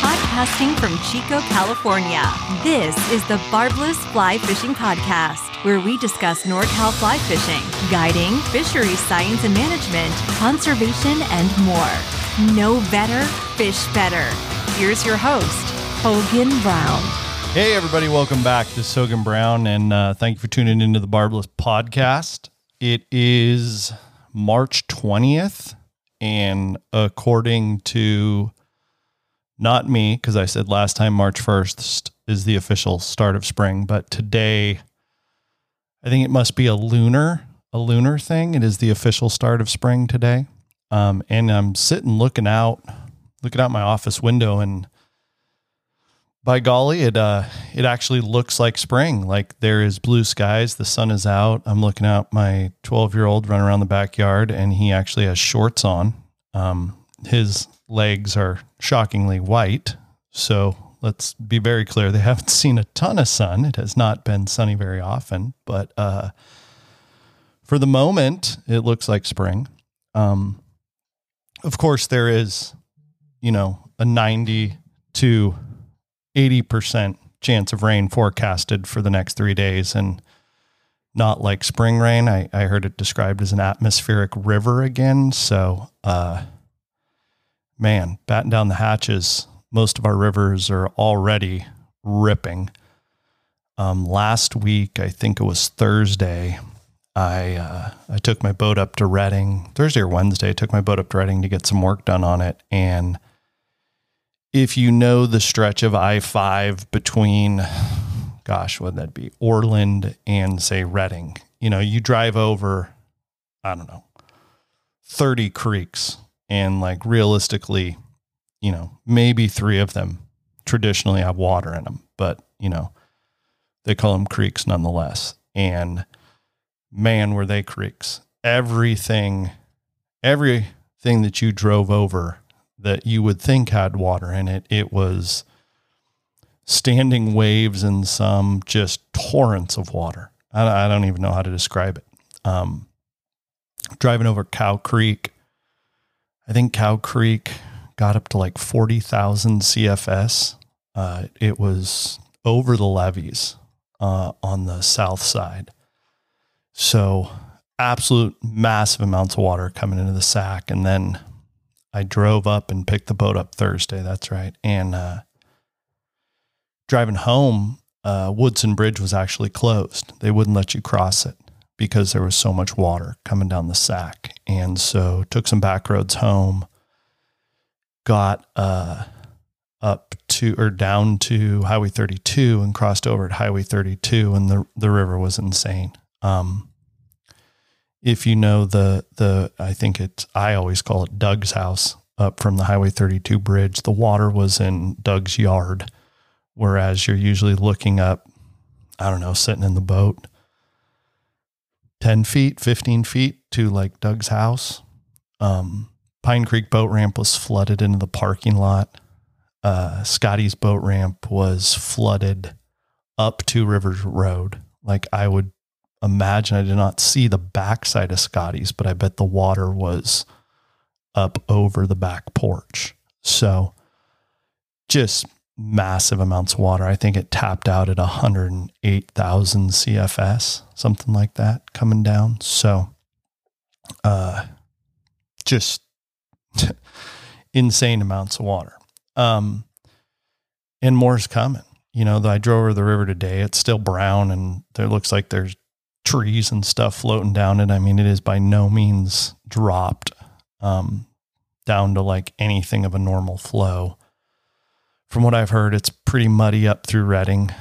Broadcasting from Chico, California, this is the Barbless Fly Fishing Podcast, where we discuss NorCal fly fishing, guiding, fisheries science and management, conservation, and more. Know better, fish better. Here's your host, Hogan Brown. Hey, everybody, welcome back. This is Hogan Brown, and uh, thank you for tuning into the Barbless Podcast. It is March 20th, and according to not me, because I said last time March 1st is the official start of spring, but today I think it must be a lunar, a lunar thing. It is the official start of spring today. Um, and I'm sitting looking out, looking out my office window and by golly, it uh, it actually looks like spring. Like there is blue skies, the sun is out. I'm looking out my 12 year old run around the backyard, and he actually has shorts on. Um, his legs are shockingly white. So let's be very clear: they haven't seen a ton of sun. It has not been sunny very often, but uh, for the moment, it looks like spring. Um, of course, there is, you know, a 90 to 80% chance of rain forecasted for the next three days and not like spring rain. I, I heard it described as an atmospheric river again. So, uh, man, batten down the hatches. Most of our rivers are already ripping. Um, last week, I think it was Thursday, I uh, I took my boat up to Reading Thursday or Wednesday. I took my boat up to Reading to get some work done on it, and if you know the stretch of I 5 between, gosh, would that be Orland and say Reading, you know, you drive over, I don't know, 30 creeks and like realistically, you know, maybe three of them traditionally have water in them, but you know, they call them creeks nonetheless. And man, were they creeks. Everything, everything that you drove over that you would think had water in it. It was standing waves and some just torrents of water. I, I don't even know how to describe it. Um, driving over Cow Creek, I think Cow Creek got up to like 40,000 CFS. Uh, it was over the levees uh, on the south side. So, absolute massive amounts of water coming into the sack. And then I drove up and picked the boat up Thursday. That's right. And uh, driving home, uh, Woodson Bridge was actually closed. They wouldn't let you cross it because there was so much water coming down the sack. And so took some back roads home, got uh, up to or down to Highway 32 and crossed over at Highway 32, and the the river was insane. Um, if you know the the I think it's I always call it Doug's house up from the Highway 32 bridge. The water was in Doug's yard, whereas you're usually looking up, I don't know, sitting in the boat, 10 feet, 15 feet to like Doug's house. Um, Pine Creek boat ramp was flooded into the parking lot. Uh, Scotty's boat ramp was flooded up to Rivers Road. Like I would imagine I did not see the backside of Scotty's, but I bet the water was up over the back porch. So just massive amounts of water. I think it tapped out at 108,000 CFS, something like that coming down. So uh just insane amounts of water. Um and more's coming. You know, I drove over the river today. It's still brown and there looks like there's trees and stuff floating down it. I mean, it is by no means dropped um, down to like anything of a normal flow. From what I've heard, it's pretty muddy up through Reading.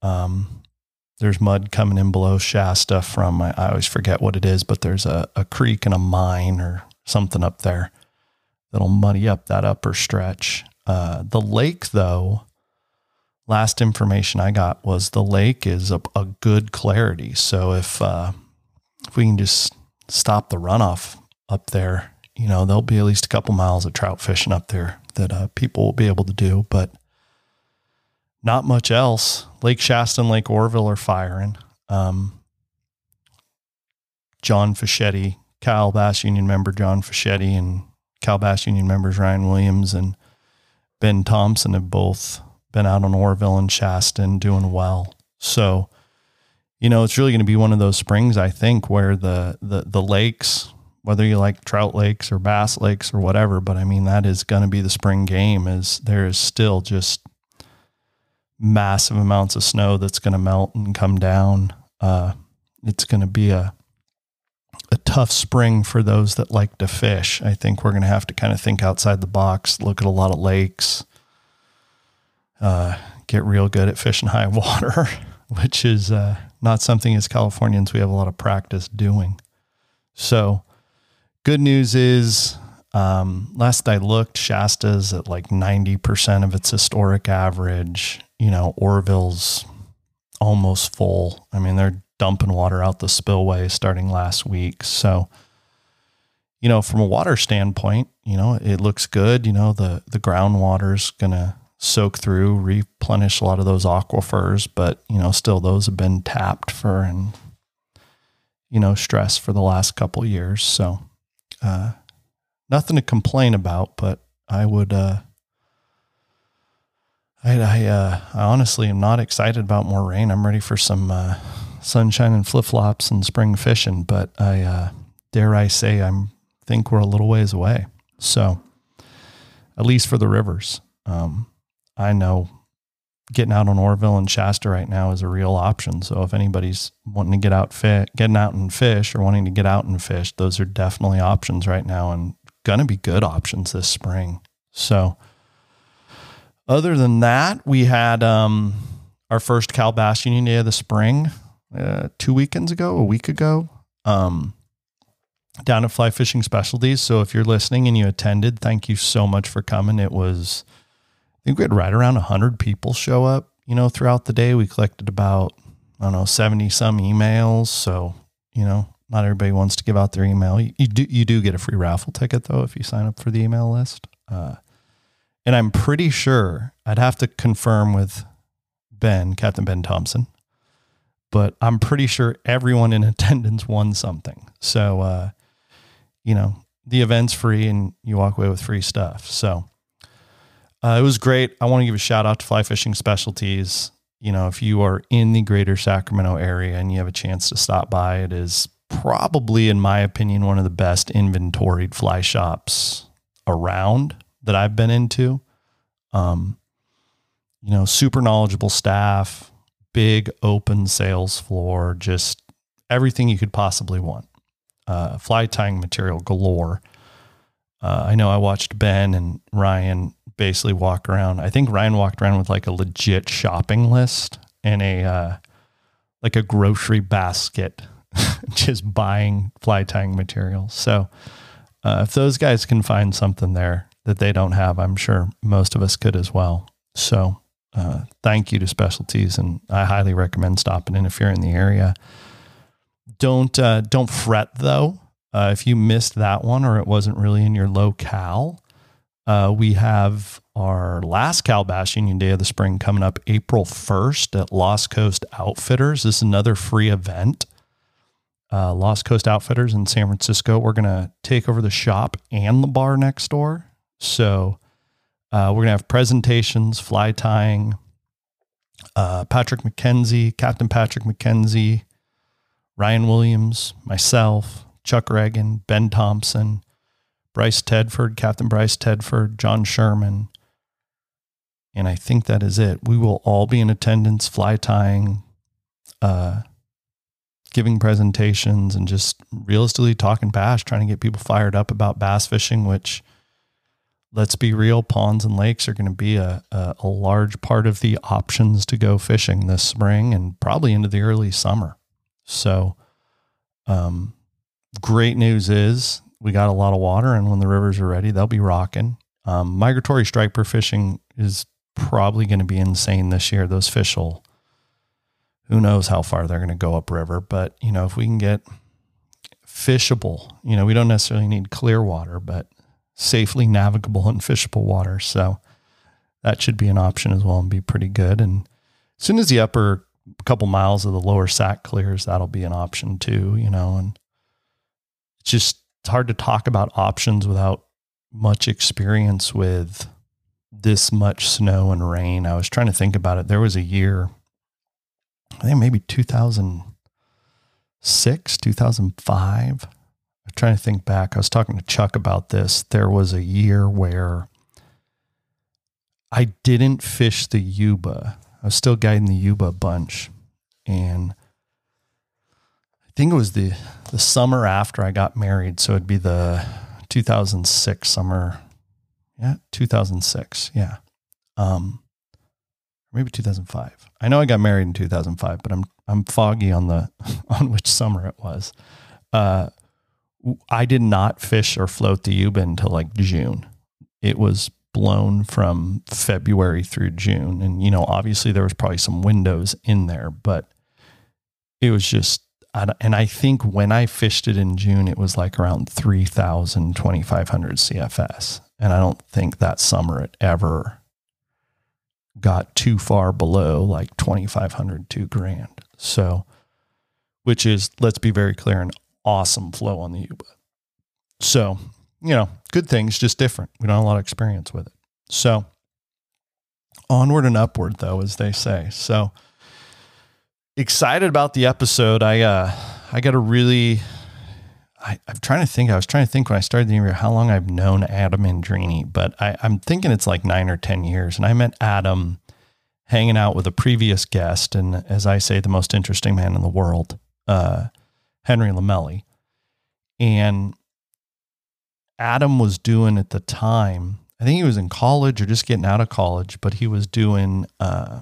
Um, there's mud coming in below Shasta from, I, I always forget what it is, but there's a, a creek and a mine or something up there that'll muddy up that upper stretch. Uh, the lake, though, last information I got was the lake is a, a good clarity. So if uh, if we can just stop the runoff up there, you know, there'll be at least a couple miles of trout fishing up there that uh, people will be able to do, but not much else. Lake Shasta and Lake Orville are firing. Um, John Fischetti, Cal Bass Union member John Fischetti, and Cal Bass Union members Ryan Williams and Ben Thompson have both been out on Orville and Shaston doing well. So, you know, it's really going to be one of those springs, I think, where the, the, the lakes, whether you like trout lakes or bass lakes or whatever, but I mean, that is going to be the spring game is there is still just massive amounts of snow that's going to melt and come down. Uh, it's going to be a, a tough spring for those that like to fish. I think we're going to have to kind of think outside the box, look at a lot of lakes, uh, get real good at fishing high water, which is uh, not something as Californians we have a lot of practice doing. So, good news is, um, last I looked, Shasta's at like 90% of its historic average. You know, Orville's almost full. I mean, they're dumping water out the spillway starting last week. So, you know, from a water standpoint, you know, it looks good. You know, the the groundwater's gonna soak through, replenish a lot of those aquifers, but you know, still those have been tapped for and you know, stressed for the last couple years. So uh nothing to complain about, but I would uh I, I, uh, I honestly am not excited about more rain. I'm ready for some uh, sunshine and flip flops and spring fishing, but I uh, dare I say I'm think we're a little ways away. So, at least for the rivers, um, I know getting out on Orville and Shasta right now is a real option. So if anybody's wanting to get out fit, getting out and fish, or wanting to get out and fish, those are definitely options right now and gonna be good options this spring. So other than that, we had um, our first Cal Bass Union Day of the spring uh, two weekends ago, a week ago, um, down at Fly Fishing Specialties. So if you're listening and you attended, thank you so much for coming. It was, I think we had right around 100 people show up, you know, throughout the day. We collected about, I don't know, 70 some emails. So, you know, not everybody wants to give out their email. You, you do you do get a free raffle ticket though if you sign up for the email list. Uh, and I'm pretty sure I'd have to confirm with Ben, Captain Ben Thompson, but I'm pretty sure everyone in attendance won something. So, uh, you know, the event's free and you walk away with free stuff. So, uh, it was great. I want to give a shout out to Fly Fishing Specialties. You know, if you are in the greater Sacramento area and you have a chance to stop by, it is probably, in my opinion, one of the best inventoried fly shops around that I've been into. Um, you know, super knowledgeable staff, big open sales floor, just everything you could possibly want. Uh, fly tying material galore. Uh, I know I watched Ben and Ryan basically walk around. I think Ryan walked around with like a legit shopping list and a uh, like a grocery basket, just buying fly tying materials. So uh, if those guys can find something there that they don't have, I'm sure most of us could as well. So uh, thank you to specialties, and I highly recommend stopping in if you're in the area. Don't uh, don't fret though uh, if you missed that one or it wasn't really in your locale. Uh, we have our last Calbash Union Day of the Spring coming up April 1st at Lost Coast Outfitters. This is another free event uh, Lost Coast Outfitters in San Francisco. We're going to take over the shop and the bar next door. So uh, we're going to have presentations, fly tying. Uh, Patrick McKenzie, Captain Patrick McKenzie, Ryan Williams, myself, Chuck Reagan, Ben Thompson, Bryce Tedford, Captain Bryce Tedford, John Sherman. And I think that is it. We will all be in attendance, fly tying, uh, giving presentations and just realistically talking bass, trying to get people fired up about bass fishing, which let's be real, ponds and lakes are going to be a, a, a large part of the options to go fishing this spring and probably into the early summer. So, um, great news is we got a lot of water, and when the rivers are ready, they'll be rocking. Um, migratory striper fishing is probably going to be insane this year. Those fish will who knows how far they're going to go upriver. But, you know, if we can get fishable, you know, we don't necessarily need clear water, but safely navigable and fishable water. So that should be an option as well and be pretty good. And as soon as the upper couple miles of the lower sack clears, that'll be an option too, you know, and it's just it's hard to talk about options without much experience with this much snow and rain. I was trying to think about it. There was a year, I think maybe 2006, 2005. I'm trying to think back. I was talking to Chuck about this. There was a year where I didn't fish the Yuba. I was still guiding the Yuba bunch. And I think it was the, the summer after I got married. So it'd be the 2006 summer. Yeah, 2006. Yeah. Um, maybe 2005. I know I got married in 2005, but I'm I'm foggy on the on which summer it was. Uh, w- I did not fish or float the Yuba until like June. It was blown from February through June, and you know, obviously there was probably some windows in there, but it was just. I don't- And I think when I fished it in June, it was like around 3,000, 2,500 CFS. And I don't think that summer it ever got too far below like 2500 two grand so which is let's be very clear an awesome flow on the uba so you know good things just different we don't have a lot of experience with it so onward and upward though as they say so excited about the episode i uh i got a really I, I'm trying to think. I was trying to think when I started the interview how long I've known Adam Andrini, but I, I'm thinking it's like nine or 10 years. And I met Adam hanging out with a previous guest, and as I say, the most interesting man in the world, uh, Henry Lamelli. And Adam was doing at the time, I think he was in college or just getting out of college, but he was doing uh,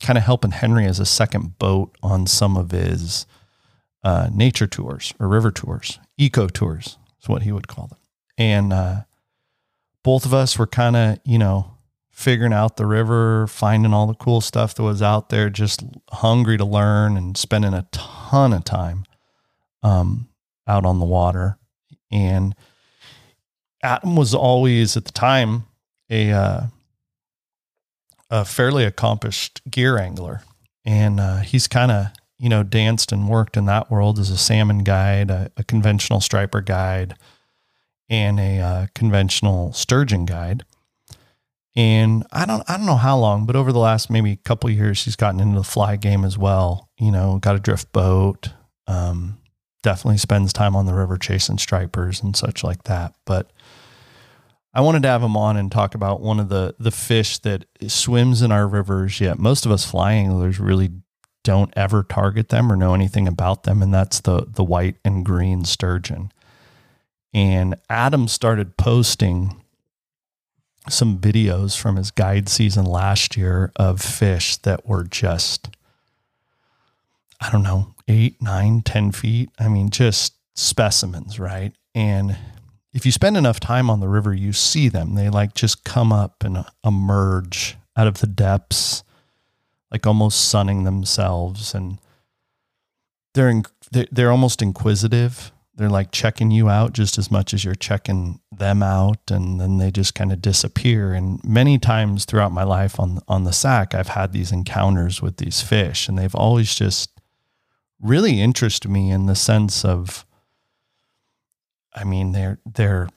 kind of helping Henry as a second boat on some of his uh, nature tours or river tours, eco tours is what he would call them. And uh, both of us were kind of, you know, figuring out the river, finding all the cool stuff that was out there, just hungry to learn and spending a ton of time um, out on the water. And Adam was always at the time a uh, a fairly accomplished gear angler, and uh, he's kind of you know danced and worked in that world as a salmon guide, a, a conventional striper guide, and a uh, conventional sturgeon guide. And I don't I don't know how long, but over the last maybe couple years, he's gotten into the fly game as well. You know, got a drift boat. Um, definitely spends time on the river chasing stripers and such like that. But I wanted to have him on and talk about one of the the fish that swims in our rivers. Yet most of us fly anglers really don't ever target them or know anything about them, and that's the the white and green sturgeon. And Adam started posting some videos from his guide season last year of fish that were just I don't know, eight, nine, ten feet. I mean, just specimens, right? And if you spend enough time on the river, you see them. They like just come up and emerge out of the depths, like almost sunning themselves, and they're in, they're, they're almost inquisitive. They're like checking you out just as much as you're checking them out, and then they just kind of disappear. And many times throughout my life on on the sack, I've had these encounters with these fish, and they've always just really interested me in the sense of I mean, they're they're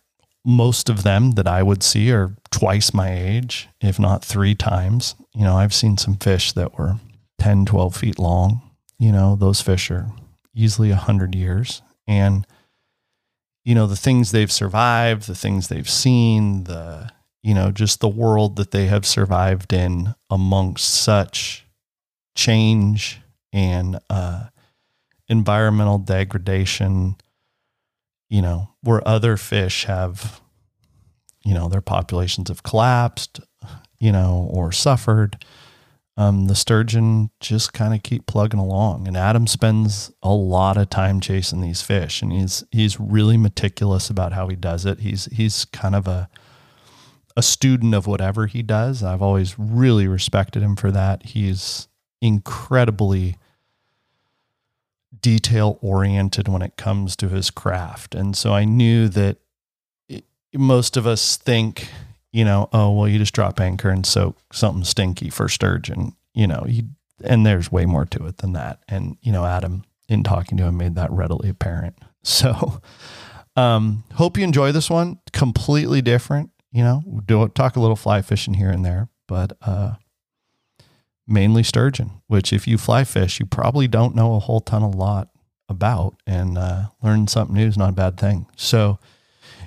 most of them that I would see are twice my age, if not three times. You know, I've seen some fish that were 10, 12 feet long. You know, those fish are easily 100 years. And, you know, the things they've survived, the things they've seen, the, you know, just the world that they have survived in amongst such change and uh, environmental degradation you know, where other fish have, you know, their populations have collapsed, you know, or suffered, um, the sturgeon just kind of keep plugging along. And Adam spends a lot of time chasing these fish, and he's he's really meticulous about how he does it. He's he's kind of a a student of whatever he does. I've always really respected him for that. He's incredibly detail oriented when it comes to his craft. And so I knew that it, most of us think, you know, oh, well, you just drop anchor and soak something stinky for sturgeon, you know, you, and there's way more to it than that. And, you know, Adam, in talking to him, made that readily apparent. So, um, hope you enjoy this one. Completely different. you know, we'll do talk a little fly fishing here and there, but uh, mainly sturgeon. Which, if you fly fish, you probably don't know a whole ton of lot about, and uh, learning something new is not a bad thing. So,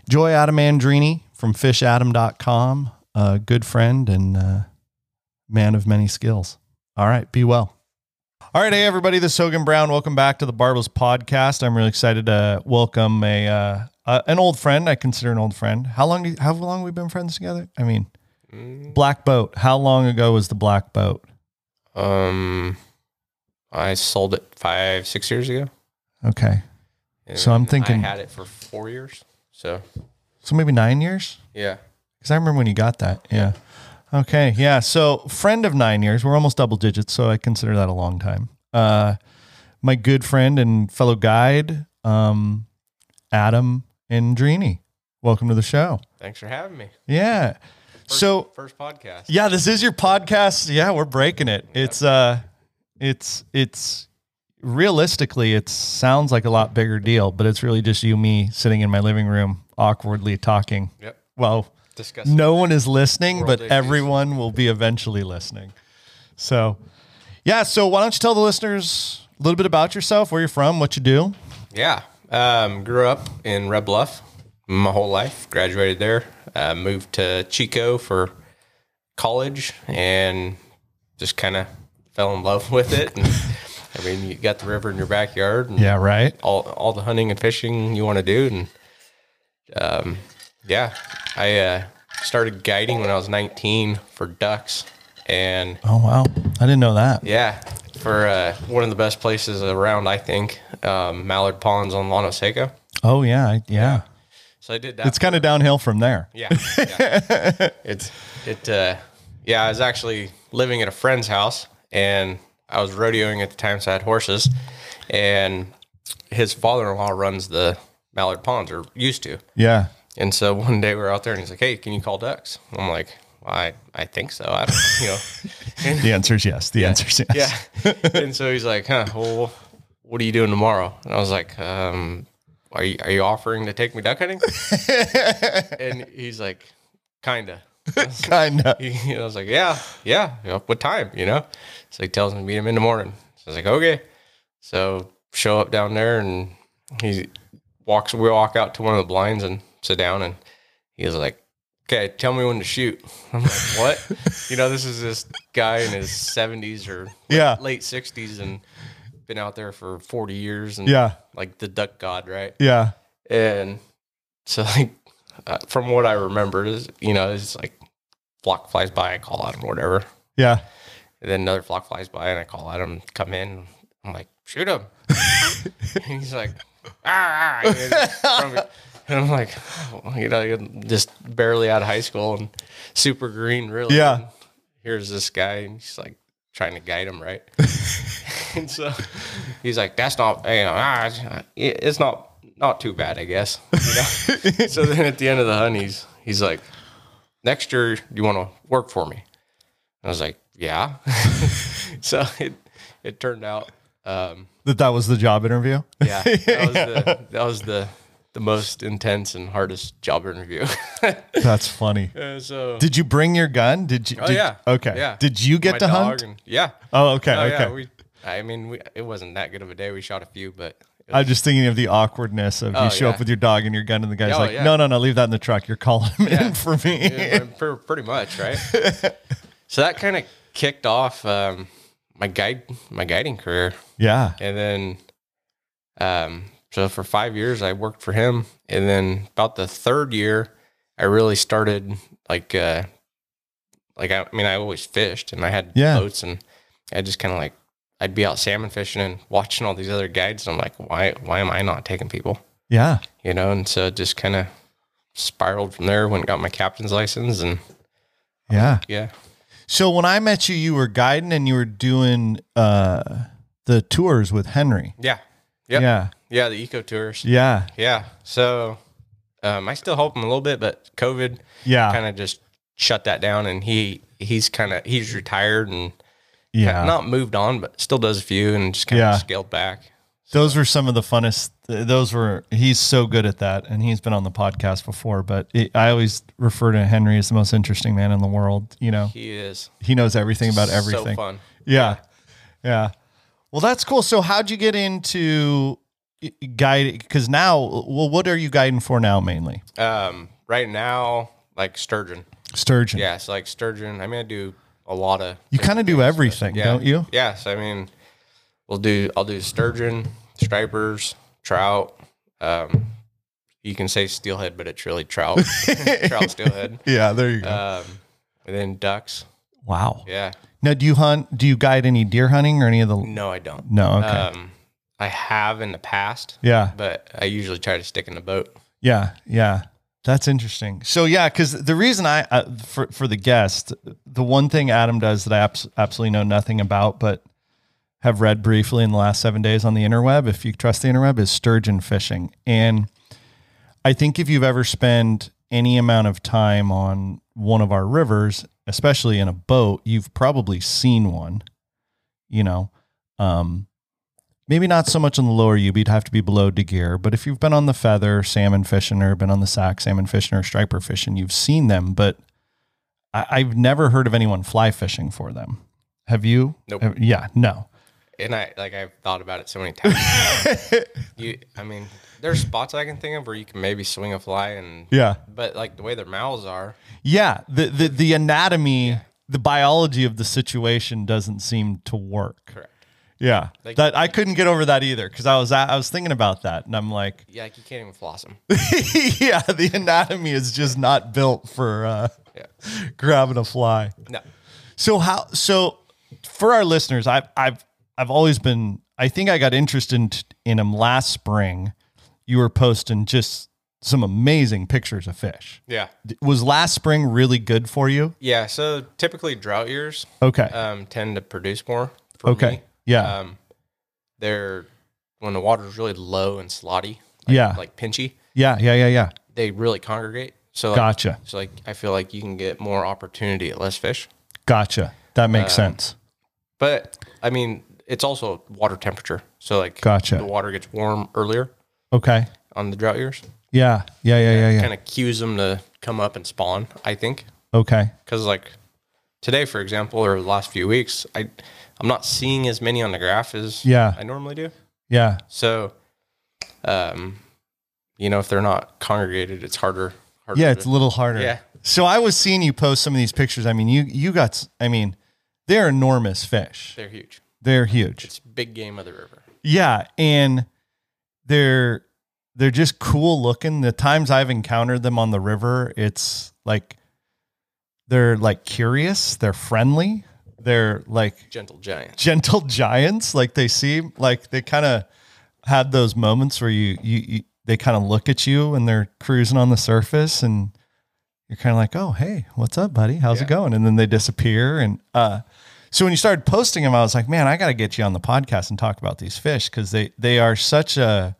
Joy Adamandrini from FishAdam.com, a good friend and uh, man of many skills. All right, be well. All right, hey everybody, this is Hogan Brown. Welcome back to the Barbless Podcast. I'm really excited to welcome a uh, uh, an old friend. I consider an old friend. How long? Do you, how long we been friends together? I mean, Black Boat. How long ago was the Black Boat? Um, I sold it five, six years ago. Okay, So I'm and thinking- I had it for four years. So so maybe nine years. yeah, Because I remember when you got that. Yeah. Okay. Yeah. So, friend of nine years, we're almost double digits. So, I consider that a long time. Uh, my good friend and fellow guide, um, Adam Andrini. Welcome to the show. thanks for having me. Yeah. First, so, first podcast. yeah, this is your podcast. Yeah, we're breaking it. It's, uh, it's, it's, realistically it sounds like a lot bigger deal but it's really just you me sitting in my living room awkwardly talking Yep. well Discuss. no one is listening, World but issues. everyone will be eventually listening. So, yeah. So, why don't you tell the listeners a little bit about yourself, where you're from, what you do? Yeah. Um, grew up in Red Bluff my whole life, graduated there, uh, moved to Chico for college and just kind of fell in love with it. And I mean, you got the river in your backyard and Yeah. Right. all, all the hunting and fishing you want to do. And, um, yeah, I, uh, started guiding when I was 19 for ducks and Oh wow, I didn't know that. yeah, for, uh, one of the best places around, I think, um, Mallard Ponds on Lano Seco. Oh yeah, I, yeah. So I did that. It's kind of downhill from there. yeah, yeah. it's it. Uh, yeah, I was actually living at a friend's house, and I was rodeoing at the time, so I had horses, and his father-in-law runs the Mallard Ponds, or used to. Yeah. And so one day we were out there, and he's like, "Hey, can you call ducks?" I'm like, well, "I I think so. I don't, you know." The answer is yes. The answer is yes. Yeah. and so he's like, huh, well, what are you doing tomorrow? And I was like, um, are you, are you offering to take me duck hunting? and he's like, kinda. Kind of. He, I was like, yeah, yeah. you know, what time? You know? So he tells me to meet him in the morning. So I was like, okay. So show up down there and he walks, we walk out to one of the blinds and sit down and he was like, okay, tell me when to shoot. I'm like, what? you know, this is this guy in his 70s or Yeah. late 60s and been out there for 40 years and Yeah. like the duck god, right? Yeah. And so, like, uh, from what I remember, is you know, it's like flock flies by, I call at him, whatever. Yeah. And then another flock flies by, and I call at him, come in. I'm like, shoot him. and he's like, ah. ah," And, from- and I'm like, oh, you know, just barely out of high school and super green, really. Yeah. And here's this guy, and he's like trying to guide him, right? and so he's like, "That's not, you know, ah, it's not- it's not not too bad, I guess." You know? so then at the end of the hunt, he's he's like, "Next year, you want to work for me?" And I was like, "Yeah." so it it turned out, um, That that was the job interview. yeah, that was the that was the the most intense and hardest job interview. That's funny. Uh, so. Did you bring your gun? Did you? Oh did- yeah. Okay. Yeah. Did you get My to dog hunt? and- yeah. oh, okay. Oh, okay. yeah. We, I mean, we, it wasn't that good of a day. We shot a few, but it I'm just thinking of the awkwardness of Oh, you show yeah. up with your dog and your gun, and the guy's Oh, like, yeah. "No, no, no, leave that in the truck. You're calling him in Yeah. for me." Yeah, pre- pretty much, right? so that kind of kicked off um, my guide my guiding career, Yeah. and then um, so for five years I worked for him, and then about the third year I really started like uh, like I, I mean I always fished and I had Yeah. boats and I just kind of like I'd be out salmon fishing and watching all these other guides, and I'm like, why why am I not taking people? Yeah. you know, and so it just kind of spiraled from there. Went and got my captain's license, and Yeah. yeah, So when I met you, you were guiding and you were doing uh the tours with Henry. yeah, Yep. Yeah. yeah, the eco tours, Yeah. yeah. So um, I still help him a little bit, but COVID Yeah. kind of just shut that down, and he he's kind of he's retired and yeah. not moved on, but still does a few and just kind of Yeah. scaled back. Those were some of the funnest. th- Those were, he's so good at that. And he's been on the podcast before, but it, I always refer to Henry as the most interesting man in the world. You know, He is he knows everything about So everything. fun. Yeah. Yeah. Well, that's cool. So, how'd you get into i- guide? Because now, well, what are you guiding for now mainly? Um, right now, like sturgeon. Sturgeon. Yeah, it's like sturgeon. I mean, I do a lot of. You kind of do everything, yeah, don't you? Yeah. So I mean, we'll do. I'll do sturgeon, stripers, trout. Um, you can say steelhead, but it's really trout. trout steelhead. Yeah. There you go. Um, and then ducks. wow. Yeah. Now, do you hunt? Do you guide any deer hunting or any of the? No, I don't. No. Okay. Um, I have in the past, yeah. but I usually try to stick in the boat. Yeah, yeah. That's interesting. So yeah, because the reason I uh, for for the guest, the one thing Adam does that I abs- absolutely know nothing about, but have read briefly in the last seven days on the interweb, if you trust the interweb, is sturgeon fishing. And I think if you've ever spent any amount of time on one of our rivers, especially in a boat, you've probably seen one. You know, um, maybe not so much on the lower UB, you'd have to be below De Geer, but if you've been on the feather salmon fishing or been on the sack salmon fishing or striper fishing, you've seen them, but I, I've never heard of anyone fly fishing for them. Have you? Nope. Have- yeah, no. And I like I've thought about it so many times. you, I mean, there's spots I can think of where you can maybe swing a fly and Yeah. But like the way their mouths are, Yeah. The the, the anatomy, the biology of the situation doesn't seem to work. correct. Yeah. Like- that I couldn't get over that either because I was I was thinking about that and I'm like, Yeah, like you can't even floss them. yeah, the anatomy is just not built for uh, Yeah. grabbing a fly. No. So how so for our listeners, I've I've I've always been I think I got interested in, in them last spring. You were posting just some amazing pictures of fish. Yeah. Was last spring really good for you? Yeah. So typically drought years Okay. um, tend to produce more. For okay. me. Yeah. Um, they're when the water's really low and slotty. Like, Yeah. Like pinchy. yeah. Yeah. Yeah. Yeah. They really congregate. So like, Gotcha. So like I feel like you can get more opportunity at less fish. Gotcha. That makes um, sense. But I mean, it's also water temperature. So like Gotcha. the water gets warm earlier Okay. on the drought years. Yeah. Yeah. Yeah. Yeah. Yeah. Kind of cues them to come up and spawn, I think. okay. Cuz like today for example or the last few weeks, I I'm not seeing as many on the graph as Yeah. I normally do. Yeah. So um you know, if they're not congregated, it's harder harder Yeah, to- it's a little harder. Yeah. So I was seeing you post some of these pictures. I mean, you you got. s- I mean, they're enormous fish. they're huge. They're huge. It's big game of the river. Yeah, and they're they're just cool looking. The times I've encountered them on the river, it's like they're like curious, they're friendly, they're like Gentle giant. gentle giants. Like they seem like they kind of had those moments where you you, you they kind of look at you and they're cruising on the surface and you're kind of like, "Oh, hey, what's up, buddy? How's it Yeah. going?" And then they disappear and uh so when you started posting them, I was like, "Man, I got to get you on the podcast and talk about these fish cuz they they are such a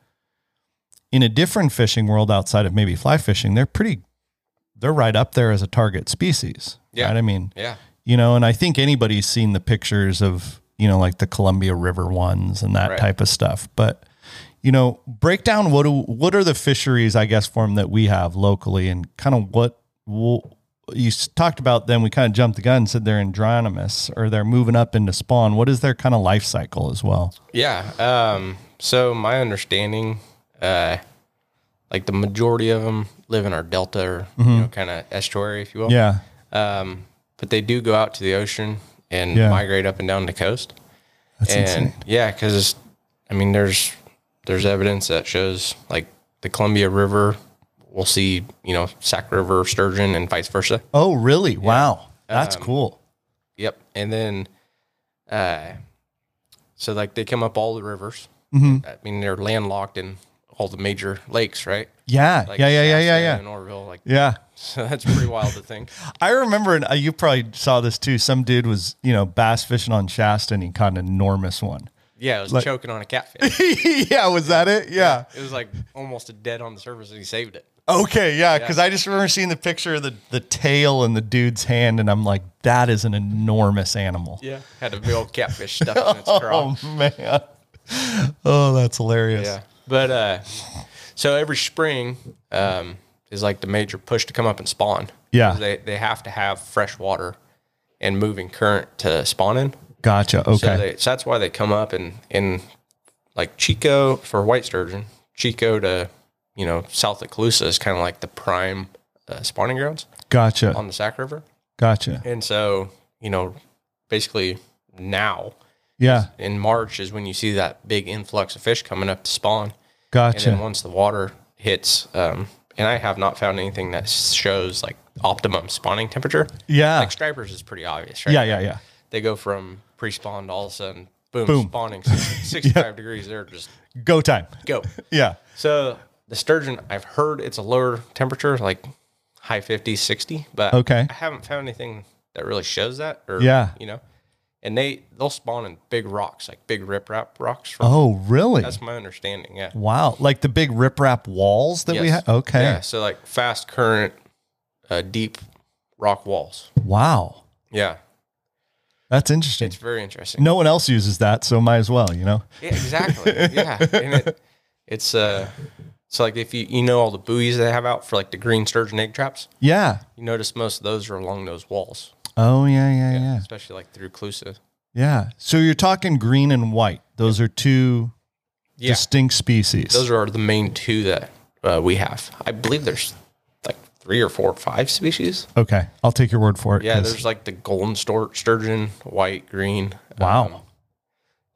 in a different fishing world outside of maybe fly fishing, they're pretty they're right up there as a target species." Yeah. Right? I mean, Yeah. you know and i think anybody's seen the pictures of you know like the columbia river ones and that Right. type of stuff but you know break down what do, what are the fisheries i guess form that we have locally and kind of what wh- you s- talked about them we kind of jumped the gun and said they're andronymous or they're moving up into spawn what is their kind of life cycle as well Yeah. Um, so my understanding, uh, like the majority of them live in our delta or Mm-hmm. you know, kind of estuary, if you will. yeah Um, but they do go out to the ocean and Yeah. migrate up and down the coast. that's and insane yeah, because I mean, there's there's evidence that shows like the Columbia River. We'll see, you know, Sac River sturgeon and vice versa. oh really wow that's Um, cool Yep. And then, uh, so like they come up all the rivers. Mm-hmm. I mean, they're landlocked in all the major lakes, right? yeah Like yeah yeah yeah yeah Shasta yeah And Orville, like yeah so that's pretty wild to think. I remember, and uh, you probably saw this too. Some dude was, you know, bass fishing on Shasta, and he caught an enormous one. Yeah, it was choking on a catfish. yeah, was that it? Yeah. It was like almost a dead on the surface, and he saved it. Okay, yeah, because I just remember seeing the picture of the the tail in the dude's hand, and I'm like, that is an enormous animal. Yeah, had a big old catfish stuffed in its craw. Oh man, oh, that's hilarious. Yeah. But uh, so every spring um, is like the major push to come up and spawn. Yeah. They, they have to have fresh water and moving current to spawn in. Gotcha. Okay. So, they, so that's why they come up and in like Chico for white sturgeon, Chico to, you know, south of Calusa is kind of like the prime uh, spawning grounds gotcha. on the Sac River. gotcha. And so, you know, basically now Yeah. in March is when you see that big influx of fish coming up to spawn. And then Gotcha. once the water hits, um, and I have not found anything that shows like optimum spawning temperature. Yeah. Like stripers is pretty obvious, right? Yeah. Yeah. Yeah. They go from pre-spawned all of a sudden, boom, Boom. spawning 60, 65 degrees. They're just Go time. go. Yeah. So the sturgeon, I've heard it's a lower temperature, like high 50s, 60, but Okay. I haven't found anything that really shows that or, Yeah. you know, and they, they'll spawn in big rocks, like big riprap rocks. From, Oh, really? That's my understanding. Yeah. wow. Like the big riprap walls that we Yes. had. Okay. Yeah, so like fast current, uh, deep rock walls. Wow. Yeah, That's interesting. it's very interesting. no one else uses that, so might as well, you know? Yeah, exactly. yeah, and it, it's uh, it's like if you you know all the buoys they have out for like the green sturgeon egg traps. Yeah. You notice most of those are along those walls, Oh, yeah, yeah, yeah. especially like through Clusa. Yeah. So you're talking green and white. Those are two Yeah, distinct species. those are the main two that uh, we have. I believe there's like three or four or five species. okay. I'll take your word for it. Yeah, 'cause- there's like the golden stor- sturgeon, white, green. Wow. Um,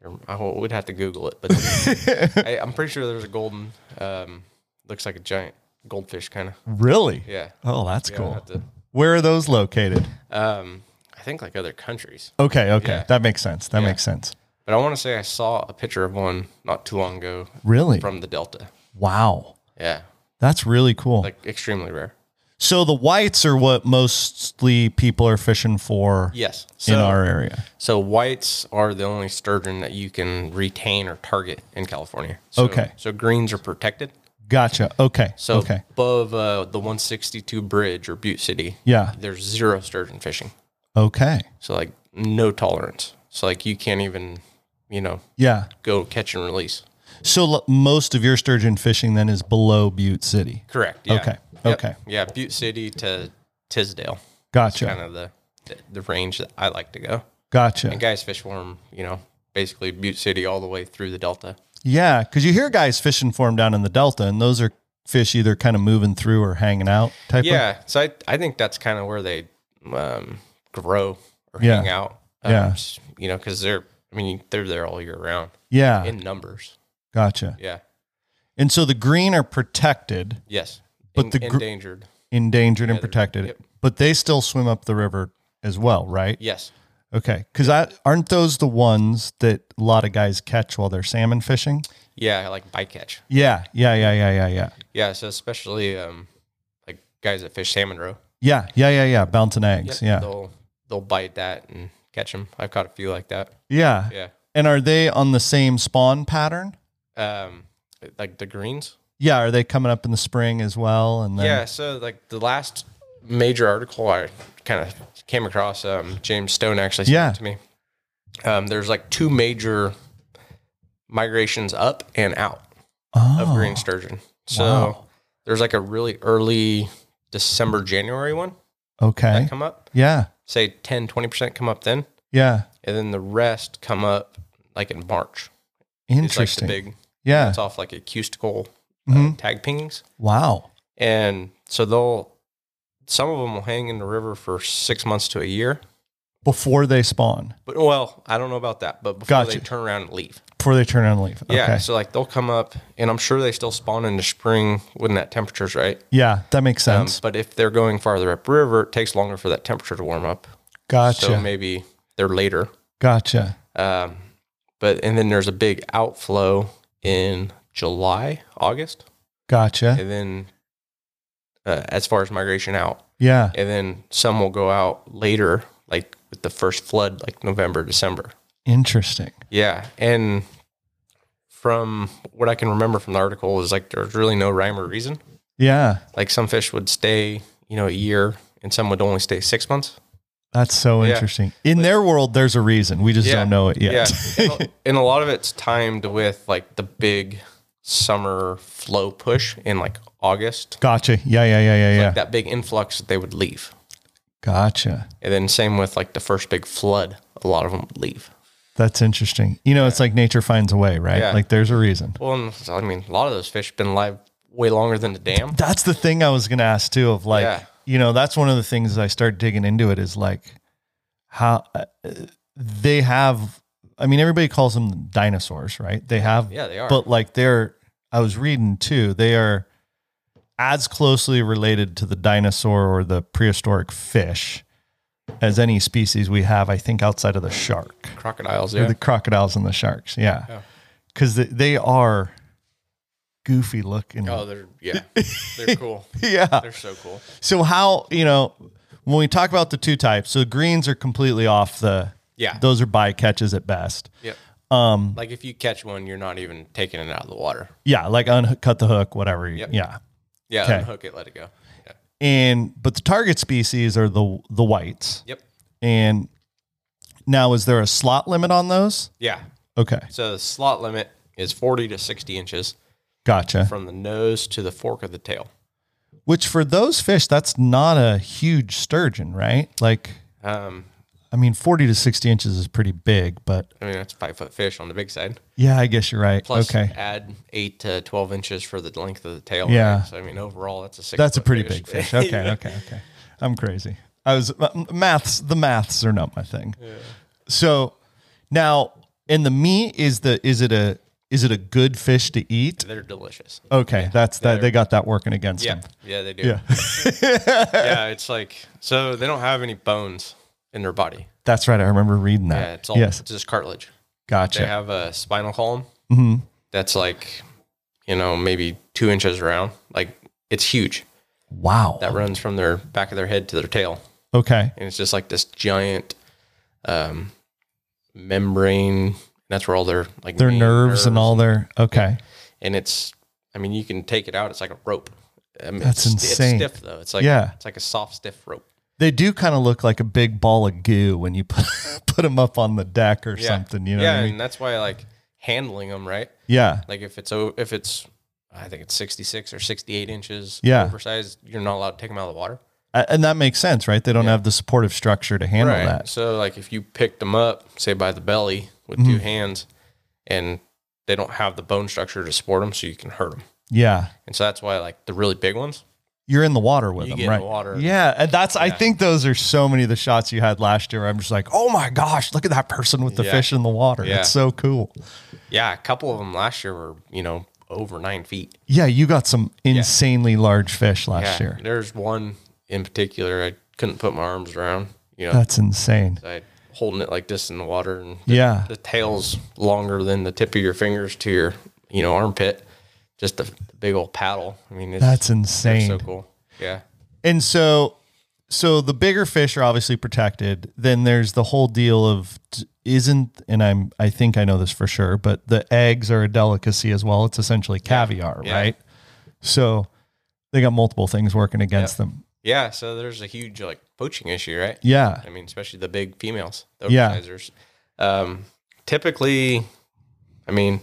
Or- I wo- would have to Google it, but I, I'm pretty sure there's a golden. Um, looks like a giant goldfish, kind of. really? Yeah. Oh, that's Yeah, I'll cool. have to- Where are those located? um, I think like other countries, Okay, okay. Yeah. That makes sense. That Yeah. makes sense. but I want to say I saw a picture of one not too long ago Really? from the Delta. wow. Yeah, That's really cool. like extremely rare. so the whites are what mostly people are fishing for Yes. So, in our area. so whites are the only sturgeon that you can retain or target in California. So, Okay. So greens are protected. Gotcha. Okay. So okay. above uh, the 162 bridge or Butte City, Yeah. there's zero sturgeon fishing. Okay. So like no tolerance. So like you can't even, you know, Yeah. go catch and release. So l- most of your sturgeon fishing then is below Butte City. Correct. Yeah. Okay, okay. Yeah, Butte City to Tisdale, Gotcha. kind of the, the the range that I like to go. Gotcha. And guys fish warm, you know, basically Butte City all the way through the Delta. Yeah, because you hear guys fishing for them down in the delta, and those are fish either kind of moving through or hanging out type. of- Yeah. So I, I think that's kind of where they um, grow or Yeah. hang out. Yeah. s- You know, because they're, I mean, they're there all year round yeah. in numbers. gotcha. Yeah. And so the green are protected, Yes. But En- the gr- endangered. endangered, and Yeah, they're- protected, yep. but they still swim up the river as well, right? Yes. Okay, because I aren't those the ones that a lot of guys catch while they're salmon fishing? Yeah, like bycatch. Yeah, yeah, yeah, yeah, yeah, yeah, Yeah, so especially um, like guys that fish salmon roe. yeah, yeah, yeah, yeah, bouncing eggs. Yeah, They'll they'll bite that and catch them. I've caught a few like that. yeah. Yeah. And are they on the same spawn pattern? Um, like the greens. Yeah, are they coming up in the spring as well? And then, Yeah. So like the last major article I kind of came across, um, James Stone actually sent Yeah. it to me. Um, there's like two major migrations up and out of Oh, green sturgeon. So Wow. there's like a really early December January one okay. that come up. Yeah, Say 10, 20% come up then. yeah. and then the rest come up like in March. It's like the Interesting. big, yeah. it's off like acoustical uh, Mhm. tag pingings, Wow. and so they'll some of them will hang in the river for six months to a year. Before they spawn, But well, I don't know about that, but before Gotcha. they turn around and leave, before they turn on and leave. yeah. Okay. So like they'll come up, and I'm sure they still spawn in the spring when that temperature's right. Yeah, that makes Um, sense. but if they're going farther upriver, it takes longer for that temperature to warm up. gotcha. So maybe they're later. gotcha. Um, but and then there's a big outflow in July, August, Gotcha. and then uh, as far as migration out, Yeah. and then some will go out later, like with the first flood, like November, December. Interesting. Yeah, and from what I can remember from the article is like there's really no rhyme or reason. Yeah. Like some fish would stay, you know, a year, and some would only stay six months. That's so Yeah. interesting. In their world, there's a reason. We just Yeah. don't know it yet. Yeah. And a- and a lot of it's timed with like the big summer flow push in like August. gotcha. Yeah, yeah, yeah, yeah, yeah. Like that big influx that they would leave. Gotcha. And then same with like the first big flood, a lot of them would leave. That's interesting. You know, it's like nature finds a way, right? Yeah. Like there's a reason. Well, and, so, I mean, a lot of those fish have been alive way longer than the dam. That's the thing I was going to ask too of like, Yeah. you know, that's one of the things as I start digging into it is like how uh, they have I mean everybody calls them dinosaurs, right? They have Yeah, they are. but like they're I was reading too, they are as closely related to the dinosaur or the prehistoric fish as any species we have, I think outside of the shark. Crocodiles, Or yeah. the crocodiles and the sharks. Yeah. Because they are goofy looking. oh, they're, yeah. They're cool. yeah. They're so cool. So how, you know, when we talk about the two types, so greens are completely off the, Yeah. those are bycatches at best. Yep. Um, Like if you catch one, you're not even taking it out of the water. yeah. Like uncut the hook, whatever. Yeah. Yeah, Okay. unhook it, let it go. Yeah. And, but the target species are the, the whites. Yep. And now is there a slot limit on those? Yeah. Okay. So the slot limit is 40 to 60 inches Gotcha. from the nose to the fork of the tail. Which for those fish, that's not a huge sturgeon, right? Like, Um, I mean, 40 to 60 inches is pretty big, but I mean, that's five foot fish on the big side. yeah, I guess you're right. Plus, okay. add eight to 12 inches for the length of the tail. Yeah. So, I mean, overall, that's a six. That's a foot pretty big fish. Okay. Okay. Okay. I'm crazy. I was m- maths. The maths are not my thing. So now in the meat is the, is it a, is it a good fish to eat? They're delicious. Okay. That's that. They got that working against Yeah. them. Yeah, they do. Yeah. Yeah. It's like, so they don't have any bones in their body. That's right. I remember reading that. Yeah. It's all yes. just cartilage. They Gotcha. have a spinal column Mm-hmm. that's like, you know, maybe two inches around. Like, it's huge. wow. That runs from their back of their head to their tail. okay. and it's just like this giant um, membrane. That's where all their like Their main nerves and all their, okay. And it's, I mean, you can take it out. It's like a rope. I mean, That's it's, insane. It's stiff though. It's like Yeah. it's like a soft stiff rope. They do kind of look like a big ball of goo when you put, put them up on the deck or something, you know yeah, what I mean? and that's why like handling them right. Yeah. Like if it's o- if it's, I think it's sixty six or sixty eight inches. Yeah. oversized. You're not allowed to take them out of the water. A- And that makes sense, right? They don't have the supportive structure to handle that. So like if you picked them up, say by the belly with Mm-hmm. two hands, and they don't have the bone structure to support them, so you can hurt them. Yeah. And so that's why like the really big ones. You're in the water with You them, get in right? the water. Yeah. And that's, I think those are so many of the shots you had last year. where I'm just like, oh my gosh, look at that person with the Yeah. fish in the water. Yeah. It's so cool. Yeah, a couple of them last year were you know over nine feet. Yeah. You got some insanely large fish last Yeah, year. there's one in particular I couldn't put my arms around. You know, That's insane. I holding it like this in the water, and the, Yeah. the tail's longer than the tip of your fingers to your you know armpit. Just the, the big old paddle. I mean, it's That's they're insane. so cool. Yeah. And so, so the bigger fish are obviously protected. Then there's the whole deal of t- isn't, and I'm, I think I know this for sure, but the eggs are a delicacy as well. It's essentially caviar, Yeah. right? So they got multiple things working against them. Yeah, so there's a huge like poaching issue, right? Yeah. I mean, especially the big females, the Yeah. oversizers. Um, typically, I mean,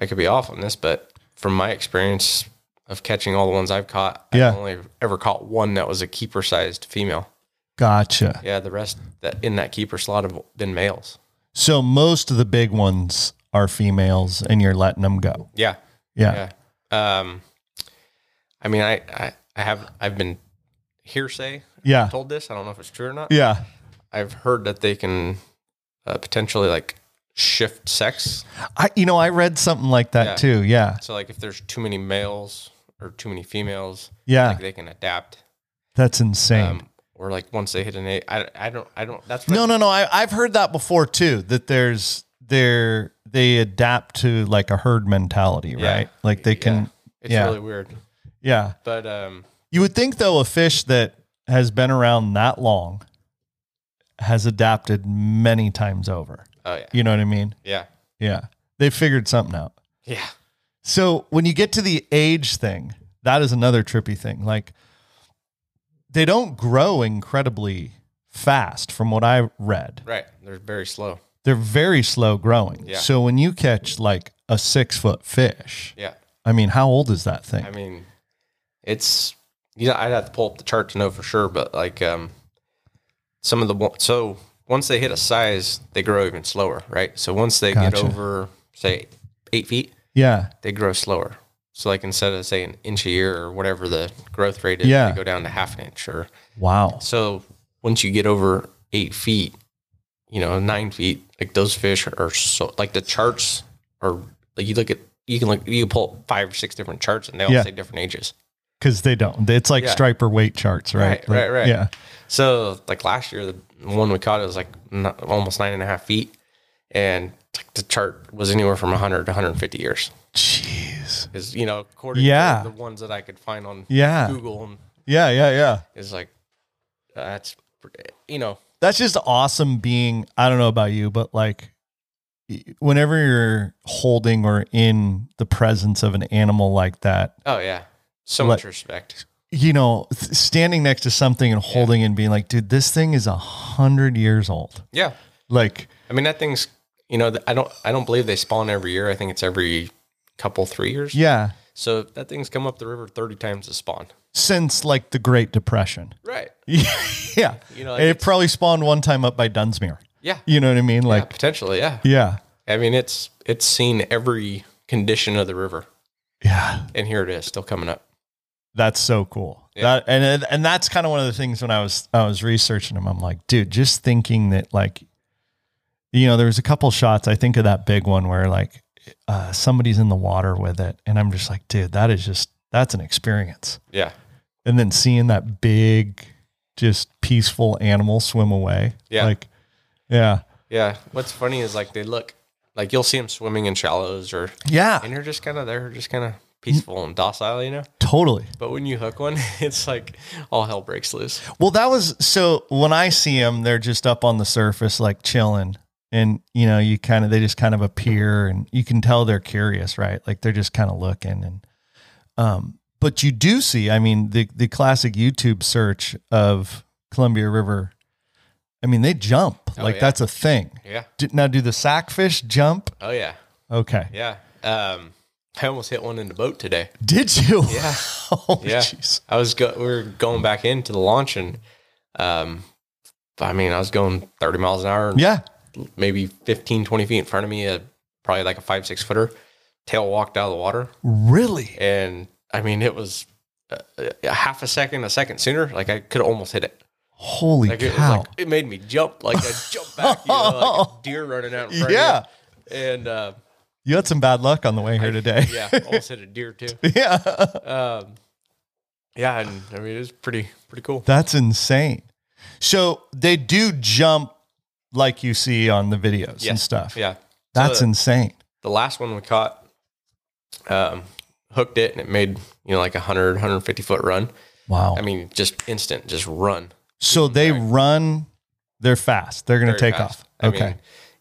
I could be off on this, but from my experience of catching all the ones I've caught, Yeah. I've only ever caught one that was a keeper sized female. Gotcha. Yeah, the rest that in that keeper slot have been males. So most of the big ones are females and you're letting them go. Yeah. Yeah. Yeah. Um, I mean, I, I, I have, I've been hearsay Yeah. told this. I don't know if it's true or not. Yeah. I've heard that they can uh, potentially like shift sex. I, you know, I read something like that Yeah. too. Yeah. So like if there's too many males or too many females, Yeah. like they can adapt. That's insane. Um, or like once they hit an eight, I, I don't I don't that's what No, no, no. I, I've heard that before too. That there's they're they adapt to like a herd mentality, Yeah. right? Like they can, Yeah. It's yeah. really weird. yeah. But um, You would think though, a fish that has been around that long has adapted many times over. oh yeah, You know what I mean? yeah, Yeah, they figured something out. yeah, So when you get to the age thing, that is another trippy thing. Like they don't grow incredibly fast from what I read. Right. They're very slow. They're very slow growing. Yeah. So when you catch like a six foot fish, Yeah. I mean, how old is that thing? I mean, it's you know I'd have to pull up the chart to know for sure, but like um, some of the one- so once they hit a size, they grow even slower, right? So once they get Gotcha. over say eight feet, yeah. they grow slower. So like instead of say an inch a year or whatever the growth rate is, Yeah. they go down to half an inch. Or Wow. so once you get over eight feet, you know nine feet, like those fish are so like the charts are like you look at you can look you can pull up five or six different charts and they all Yeah. say different ages. Because they don't. It's like Yeah. striper weight charts, right? Right, right, Like, right. Yeah. So like last year, the one we caught it was like n almost nine and a half feet, and like, the chart was anywhere from 100 to 150 years. Jeez. Is you know according Yeah. to the ones that I could find on Yeah. Google, and Yeah, yeah, yeah. is like that's you know That's just awesome being, I don't know about you, but like y- whenever you're holding or in the presence of an animal like that, oh yeah, so Like- much respect. you know, th- standing next to something and holding and being like, dude, this thing is a hundred years old. Yeah, Like, I mean that thing's you know th- I don't I don't believe they spawn every year. I think it's every couple three years. yeah, So that thing's come up the river 30 times to spawn. since like the Great Depression. Right. yeah. You know, like, it it's- probably spawned one time up by Dunsmuir. Yeah. You know what I mean? yeah. Like, Potentially. Yeah. yeah. I mean, it's it's seen every condition of the river, Yeah. and here it is, still coming up. That's so cool. Yeah. That and and that's kind of one of the things when I was I was researching him, I'm like, dude, just thinking that like, you know, there was a couple shots. I think of that big one where like uh, somebody's in the water with it, and I'm just like, dude, that is just that's an experience. Yeah, And then seeing that big, just peaceful animal swim away, Yeah. like, yeah, yeah. What's funny is like they look like you'll see them swimming in shallows, or yeah, and they're just kind of they're just kind of peaceful and docile, you know. totally. But when you hook one, it's like all hell breaks loose. Well, that was so when I see them, they're just up on the surface, like chilling. And, you know, you kind of, they just kind of appear and you can tell they're curious, right? Like they're just kind of looking. And, um, but you do see, I mean, the, the classic YouTube search of Columbia River, I mean, they jump. Oh, like yeah. that's a thing. Yeah. Do, now, do the sackfish jump? Oh yeah. Okay. Yeah. Um, I almost hit one in the boat today. Did you? Yeah. oh, Yeah. jeez. I was go- we were going back into the launch, and um, I mean, I was going 30 miles an hour. and Yeah. maybe 15, 20 feet in front of me, uh, probably like a five, six footer. Tail walked out of the water. Really? And I mean, it was a, a half a second, a second sooner. Like I could almost hit it. Holy Like it, was cow. like it made me jump, like I jumped back, you know, like a deer running out in front Yeah. of me. And uh, you had some bad luck on the way here today. yeah, almost hit a deer too. yeah. Um, yeah. And I mean, it was pretty, pretty cool. That's insane. So they do jump like you see on the videos Yeah. and stuff. Yeah. That's So- insane. the last one we caught um, hooked it and it made you know like a 100 150 foot run Wow. i mean just instant just run so they run, they're fast. They're going to very take fast. off. I okay. mean,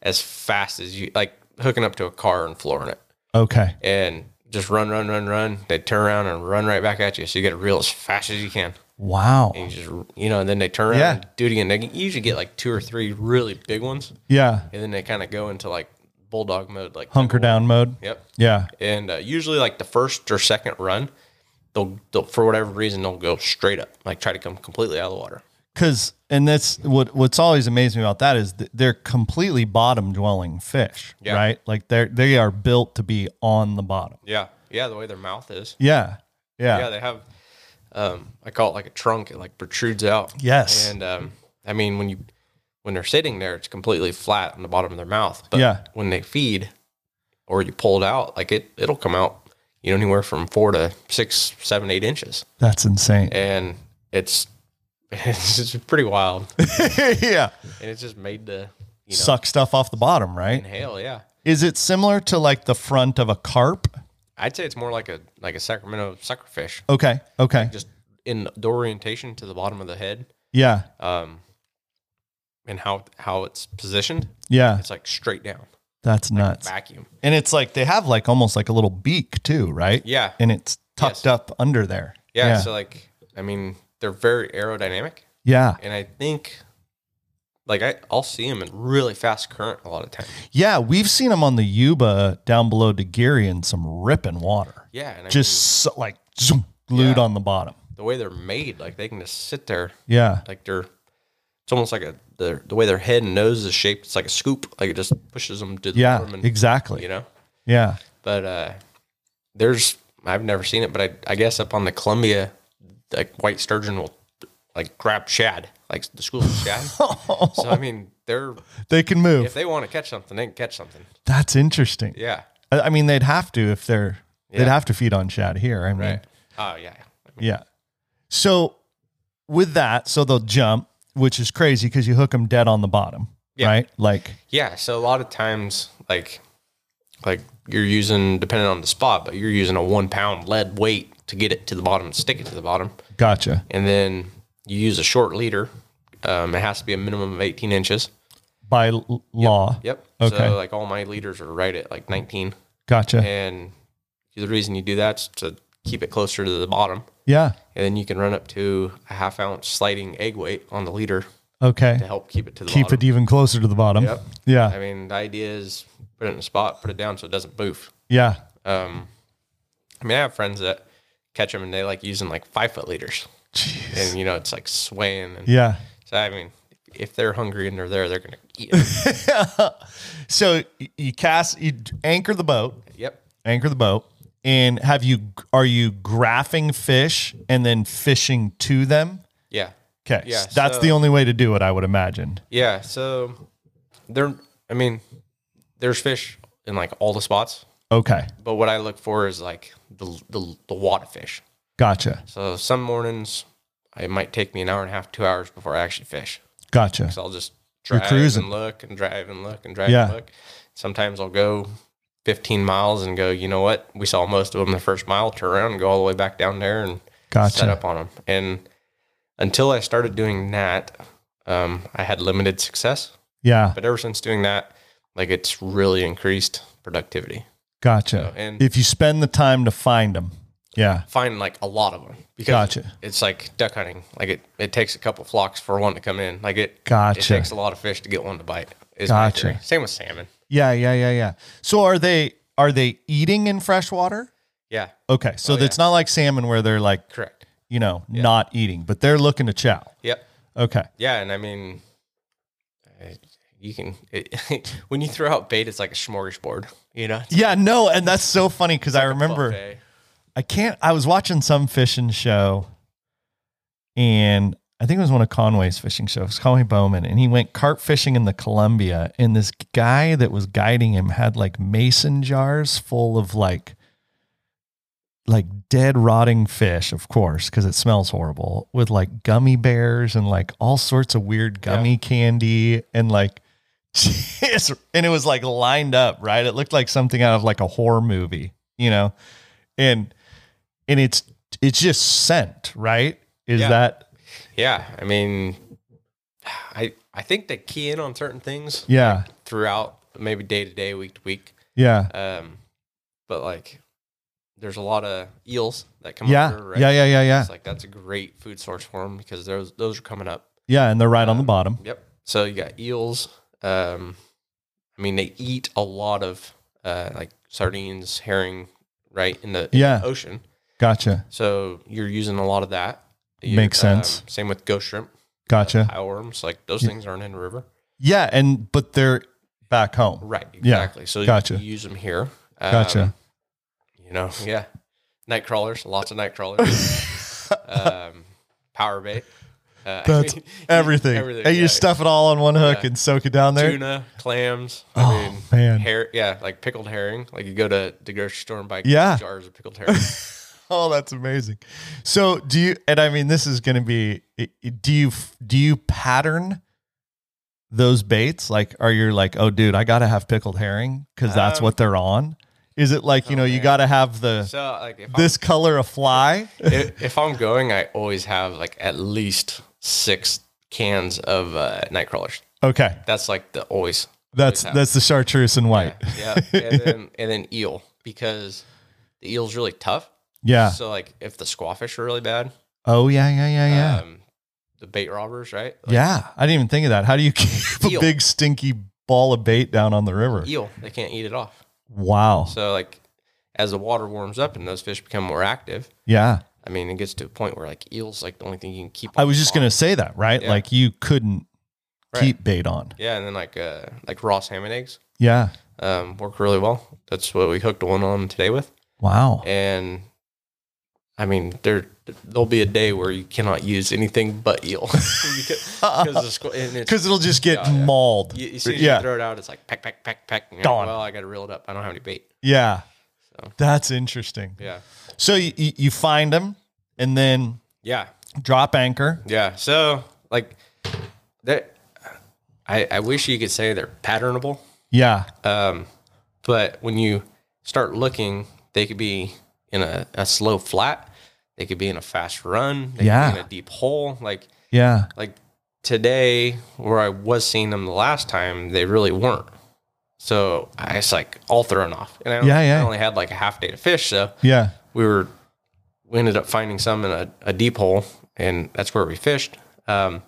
as fast as you like hooking up to a car and flooring it okay. and just run run run run they turn around and run right back at you so you got to reel as fast as you can Wow. and you just you know and then they turn around Yeah. and do it again they usually get like two or three really big ones Yeah. and then they kind of go into like bulldog mode like Hunker down mode. yep Yeah. and uh, usually like the first or second run they'll, they'll for whatever reason they'll go straight up like try to come completely out of the water Cause, and that's what, what's always amazed me about that is th- they're completely bottom dwelling fish, Yeah. right? Like they're, they are built to be on the bottom. yeah yeah the way their mouth is Yeah. Yeah. yeah, they have um, i call it like a trunk it like protrudes out Yes. and um, i mean when you when they're sitting there it's completely flat on the bottom of their mouth but Yeah. when they feed or you pull it out like it it'll come out you know anywhere from four to six seven eight inches That's insane. and it's it's just pretty wild yeah. and it's just made to you know Suck stuff off the bottom, right? inhale yeah Is it similar to like the front of a carp? I'd say it's more like a like a Sacramento suckerfish, Okay. Okay. just in the orientation to the bottom of the head, Yeah. um, and how how it's positioned. Yeah. It's like straight down, That's nuts. vacuum. And it's like they have like almost like a little beak too, right? Yeah, And it's tucked Yes. up under there. yeah, Yeah. So like, I mean, they're very aerodynamic, Yeah. and I think Like I, I'll see them in really fast current a lot of times. Yeah, we've seen them on the Yuba down below Dagiri in some ripping water. Yeah, and I Just so, like zoom, glued Yeah. on the bottom. mean, the way they're made, like they can just sit there, Yeah. like they're. It's almost like a the the way their head and nose is shaped. It's like a scoop. Like it just pushes them to the Yeah, form and, exactly. You know, Yeah. but uh, there's I've never seen it, but I I guess up on the Columbia, like white sturgeon will like grab shad, like the school of shad. so I mean, they're They can move. if they want to catch something, they can catch something. That's interesting. Yeah. I, I mean, they'd have to if they're they'd Yeah. have to feed on shad here. I mean, Right. Oh yeah. yeah. So with that, so they'll jump, which is crazy because you hook them dead on the bottom, Yeah. right? Like, Yeah. So a lot of times, like, like you're using depending on the spot, but you're using a one pound lead weight to get it to the bottom, stick it to the bottom, gotcha. and then you use a short leader. Um, it has to be a minimum of 18 inches. By l- law, Yep. Okay. So like all my leaders are right at like 19, gotcha. and the reason you do that is to keep it closer to the bottom, yeah. and then you can run up to a half ounce sliding egg weight on the leader Okay. to help keep it to the Keep bottom. it even closer to the bottom. Yep. Yeah. I mean, the idea is put it in a spot, put it down so it doesn't move. yeah. Um, I mean, I have friends that catch them and they like using like five foot leaders, Jeez. and you know it's like swaying. And, Yeah. So I mean, if they're hungry and they're there, they're gonna eat. It. So y- you cast, you d- anchor the boat, yep. anchor the boat, and have you are you graphing fish and then fishing to them? Yeah. Okay, Yeah, that's so- the only way to do it, I would imagine. Yeah. So there. I mean, there's fish in like all the spots, Okay, but what I look for is like the the, the wad of fish. gotcha, So some mornings, it might take me an hour and a half, two hours before I actually fish. gotcha. So I'll just You're drive cruising. and look and drive and look and drive Yeah. and look. Sometimes I'll go 15 miles and go, you know what? We saw most of them the first mile, turn around and go all the way back down there and set Gotcha. up on them. And until I started doing that, um, I had limited success. Yeah, But ever since doing that, like it's really increased productivity. gotcha. and- if you spend the time to find them, yeah, Find like a lot of them because Gotcha. it's like duck hunting. Like it, it takes a couple flocks for one to come in. Like it, Gotcha. it takes a lot of fish to get one to bite. Is my Gotcha. theory. Same with salmon. yeah, yeah, yeah, yeah. So are they are they eating in freshwater? Oh, Yeah, Okay, so it's not like salmon where they're like correct. you know not eating, but they're looking to chow. Yep. Okay, Yeah, and I mean, uh, you can it, when you throw out bait, it's like a smorgasbord. You know, It's yeah, no, and that's so funny because I a remember. buffet. I can't. I was watching some fishing show, and I think it was one of Conway's fishing shows. Conway Bowman, and he went carp fishing in the Columbia, and this guy that was guiding him had like mason jars full of like, like dead rotting fish, of course, because it smells horrible, with like gummy bears and like all sorts of weird gummy candy and like. Jeez. And it was like lined up, right? It looked like something out of like a horror movie, you know? and and it's it's just scent, right? Is Yeah. that Yeah, I mean, I I think they key in on certain things yeah, throughout, maybe day to day, week to week. yeah, Um, but like, there's a lot of eels that come. yeah, up here, right? yeah, yeah, yeah, yeah, It's like that's a great food source for them because those those are coming up. yeah, and they're right um, on the bottom. Yep. So you got eels. Um, I mean, they eat a lot of uh, like sardines, herring, right in the, in the Yeah. ocean. Gotcha, So you're using a lot of that. You- Makes um, sense. same with ghost shrimp, gotcha. pile worms. Like those things aren't in the river. Yeah, and but they're back home. Right. Yeah. Exactly. So Gotcha. you use them here. Um, Gotcha. You know, yeah. Night crawlers, lots of night crawlers. um, power bait. Uh, That's everything. and you yeah. stuff it all on one hook Yeah. and soak it down there. tuna, clams. Oh, I mean, man. Her- yeah, like pickled herring. Like you go to the grocery store and buy Yeah. jars of pickled herring. Oh, that's amazing. So do you? And I mean, this is going to be. i- i- Do you f- do you pattern those baits? Like, are you like, oh, dude, I got to have pickled herring because that's Um, oh, what they're on? Is it like you know you man. got to have the so um, like if this color of fly? I'm, if, if I'm going, I always have like at least six cans of uh, night crawlers. Okay, That's like the always. that's that's the chartreuse and white. Yeah, and then and then eel because the eel's really tough. Yeah. So like if the squawfish are really bad, Oh yeah yeah yeah yeah. um, the bait robbers, right? yeah, I didn't even think of that. How do you keep a Eel. big stinky ball of bait down on the river? Eel, they can't eat it off. Wow. So like as the water warms up and those fish become more active, Yeah. I mean it gets to a point where like eels like the only thing you can keep. I on was just bottom. going to say that, right? Yeah. Like you couldn't Right. keep bait on. Yeah, and then like uh like raw salmon eggs Yeah. um, work really well. That's what we hooked one on today with, Wow. and I mean there there'll be a day where you cannot use anything but eel because 'cause the squ- and it's Because it'll just get Yeah, yeah. mauled. you, as soon as yeah. you throw it out, it's like peck peck peck peck. and you're like, Gone. Well, I got to reel it up. I don't have any bait. yeah. So. That's interesting. Yeah, So you, you you find them and then yeah. drop anchor. Yeah. So like that I, I wish you could say they're patternable. Yeah. Um, but when you start looking, they could be in a, a slow flat, they could be in a fast run, they Yeah. could be in a deep hole. Like Yeah. like today where I was seeing them the last time, they really weren't. So I was like all thrown off. And I, only- Yeah, yeah. I only had like a half day to fish, so Yeah. we were we ended up finding some in a, a deep hole and that's where we fished um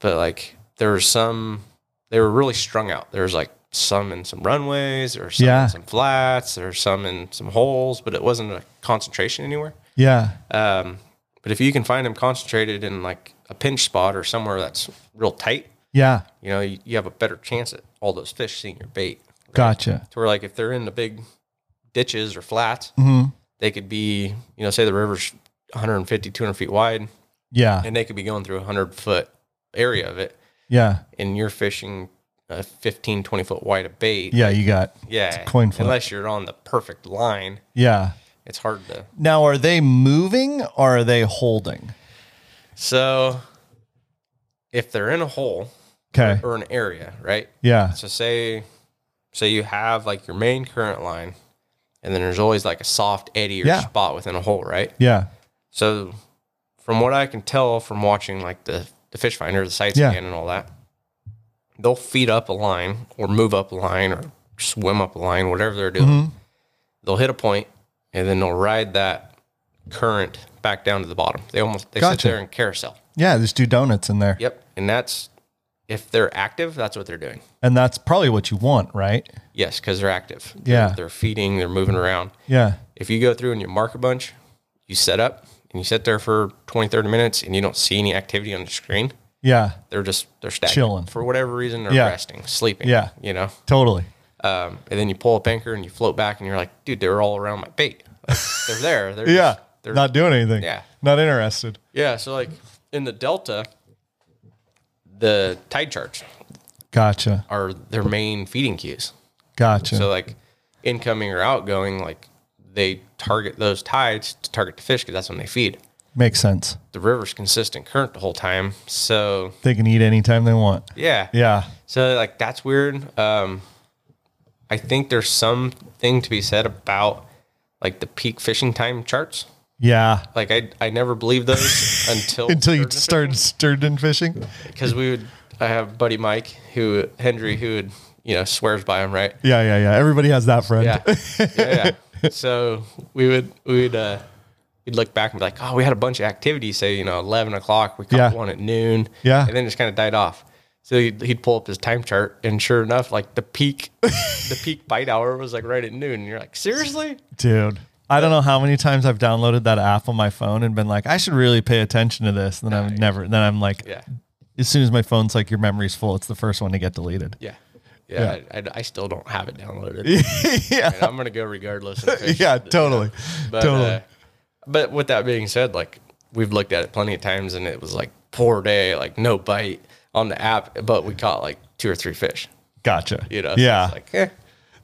but like there were some they were really strung out there's like some in some runways or some Yeah. in some flats or some in some holes but it wasn't a concentration anywhere Yeah. um but if you can find them concentrated in like a pinch spot or somewhere that's real tight Yeah. you know you, you have a better chance at all those fish seeing your bait Gotcha. to where like if they're in the big ditches or flats hmm they could be, you know, say the river's 150, 200 feet wide, Yeah. and they could be going through a 100 foot area of it, Yeah. and you're fishing a 15, 20 foot wide of bait. Yeah. You got. Yeah. a coin flip. Unless you're on the perfect line, Yeah. it's hard to. Now, are they moving or are they holding? So if they're in a hole Okay. or an area, right? Yeah. So say, say you have like your main current line, and then there's always like a soft eddy or Yeah. spot within a hole, right? Yeah. So, from what I can tell from watching like the, the fish finder, the sight Yeah. scan, and all that, they'll feed up a line or move up a line or swim up a line, whatever they're doing. Mm-hmm. They'll hit a point and then they'll ride that current back down to the bottom. They almost they Gotcha. sit there and carousel. Yeah. There's two donuts in there. Yep, and that's if they're active, that's what they're doing. And that's probably what you want, right? Yes, because they're active. Yeah. they're, they're feeding, they're moving around. Yeah. if you go through and you mark a bunch, you set up and you sit there for 20, 30 minutes and you don't see any activity on the screen, Yeah. they're just, they're stagnant. Chilling. For whatever reason, they're Yeah. resting, sleeping. Yeah. You know? Totally. Um, and then you pull up anchor and you float back and you're like, dude, they're all around my bait. Like, they're there. They're Yeah. just- they're, Not doing anything. Yeah. Not interested. yeah. So, like in the Delta, the tide charts Gotcha. are their main feeding cues. Gotcha. So like incoming or outgoing, like they target those tides to target the fish because that's when they feed. Makes sense. the river's consistent current the whole time. So They can eat anytime they want. yeah, Yeah. So like that's weird. Um, I think there's something to be said about like the peak fishing time charts. Yeah. Like I I never believed those until Until you started sturgeon fishing. because we would I have buddy Mike who Hendry who would you know swears by him right Yeah. Yeah. Yeah. Everybody has that friend. yeah yeah, yeah. so we would we would uh we'd look back and be like oh we had a bunch of activities say you know 11 o'clock we caught Yeah. one at noon Yeah. and then just kind of died off so he'd, he'd pull up his time chart and sure enough like the peak the peak bite hour was like right at noon and you're like seriously Dude, I don't know how many times I've downloaded that app on my phone and been like, I should really pay attention to this. And then I'm never, then I'm like, yeah as soon as my phone's like, your memory's full, it's the first one to get deleted. yeah yeah, I, I, I still don't have it downloaded yeah. and i'm gonna go regardless of fish. Yeah. Totally. But, totally. uh, but with that being said, like we've looked at it plenty of times, and it was like poor day, like no bite on the app, but we caught like two or three fish. gotcha. You know, so Yeah. it's like eh.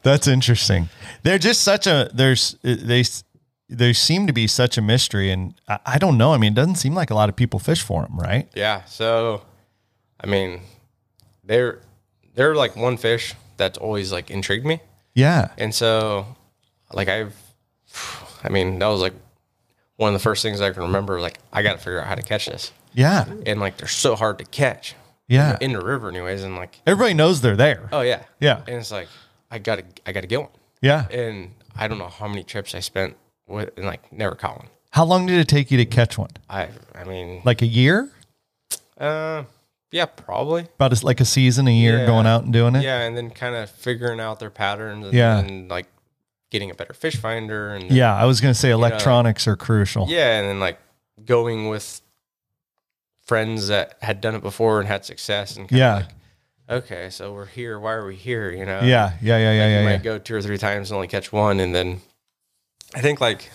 That's interesting. They're just such a there's they they seem to be such a mystery, and I, I don't know. I mean, it doesn't seem like a lot of people fish for them, right? yeah. So, I mean, they're they're like one fish that's always like intrigued me, Yeah, and so like I've, I mean, that was like one of the first things I can remember. Like I got to figure out how to catch this, yeah, and like they're so hard to catch yeah. in the river, anyways, and like Everybody knows they're there. oh yeah, Yeah. and it's like I gotta I gotta get one. yeah. and I don't know how many trips I spent with and like never caught one. How long did it take you to catch one? I I mean Like a year? Uh, yeah, probably. About as like a season a year Yeah. going out and doing it. Yeah, and then kind of figuring out their patterns. And, Yeah. and like getting a better fish finder and Yeah, I was gonna say electronics are crucial. yeah, and then like going with friends that had done it before and had success and kinda Yeah. like, okay, so we're here. Why are we here? You know. yeah, yeah, yeah, yeah, you yeah, might yeah. go two or three times and only catch one, and then I think like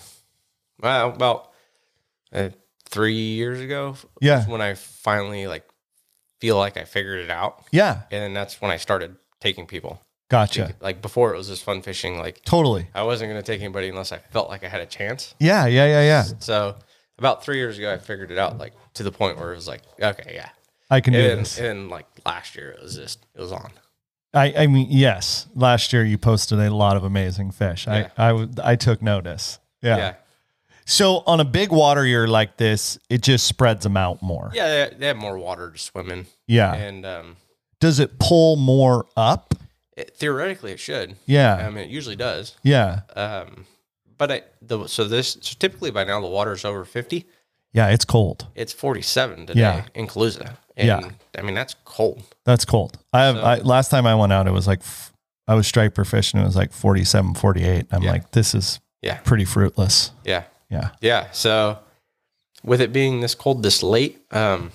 well, about uh, three years ago, Yeah. when I finally like feel like I figured it out, Yeah, and then that's when I started taking people. gotcha. Like before, it was just fun fishing. Like Totally. I wasn't going to take anybody unless I felt like I had a chance. Yeah, yeah, yeah, yeah. So about three years ago, I figured it out. Like to the point where it was like, okay, yeah. I can do And, and this. then like last year, it was just it was on. I, I mean, yes. Last year you posted a lot of amazing fish. Yeah. I I, w- I took notice. Yeah. yeah. So on a big water year like this, it just spreads them out more. Yeah, they, they have more water to swim in, Yeah. and um, Does it pull more up? it, theoretically it should. Yeah. I mean, it usually does. yeah. Um, but I, the so this so typically by now the water's over fifty. Yeah. It's cold. It's forty seven today Yeah. in Calusa. And, Yeah. I mean that's cold. That's cold. I have, So- I, last time I went out, it was like, f- I was striper fishing. It was like 47, 48. I'm Yeah. like, this is Yeah. pretty fruitless. Yeah. Yeah. Yeah. So with it being this cold this late, um,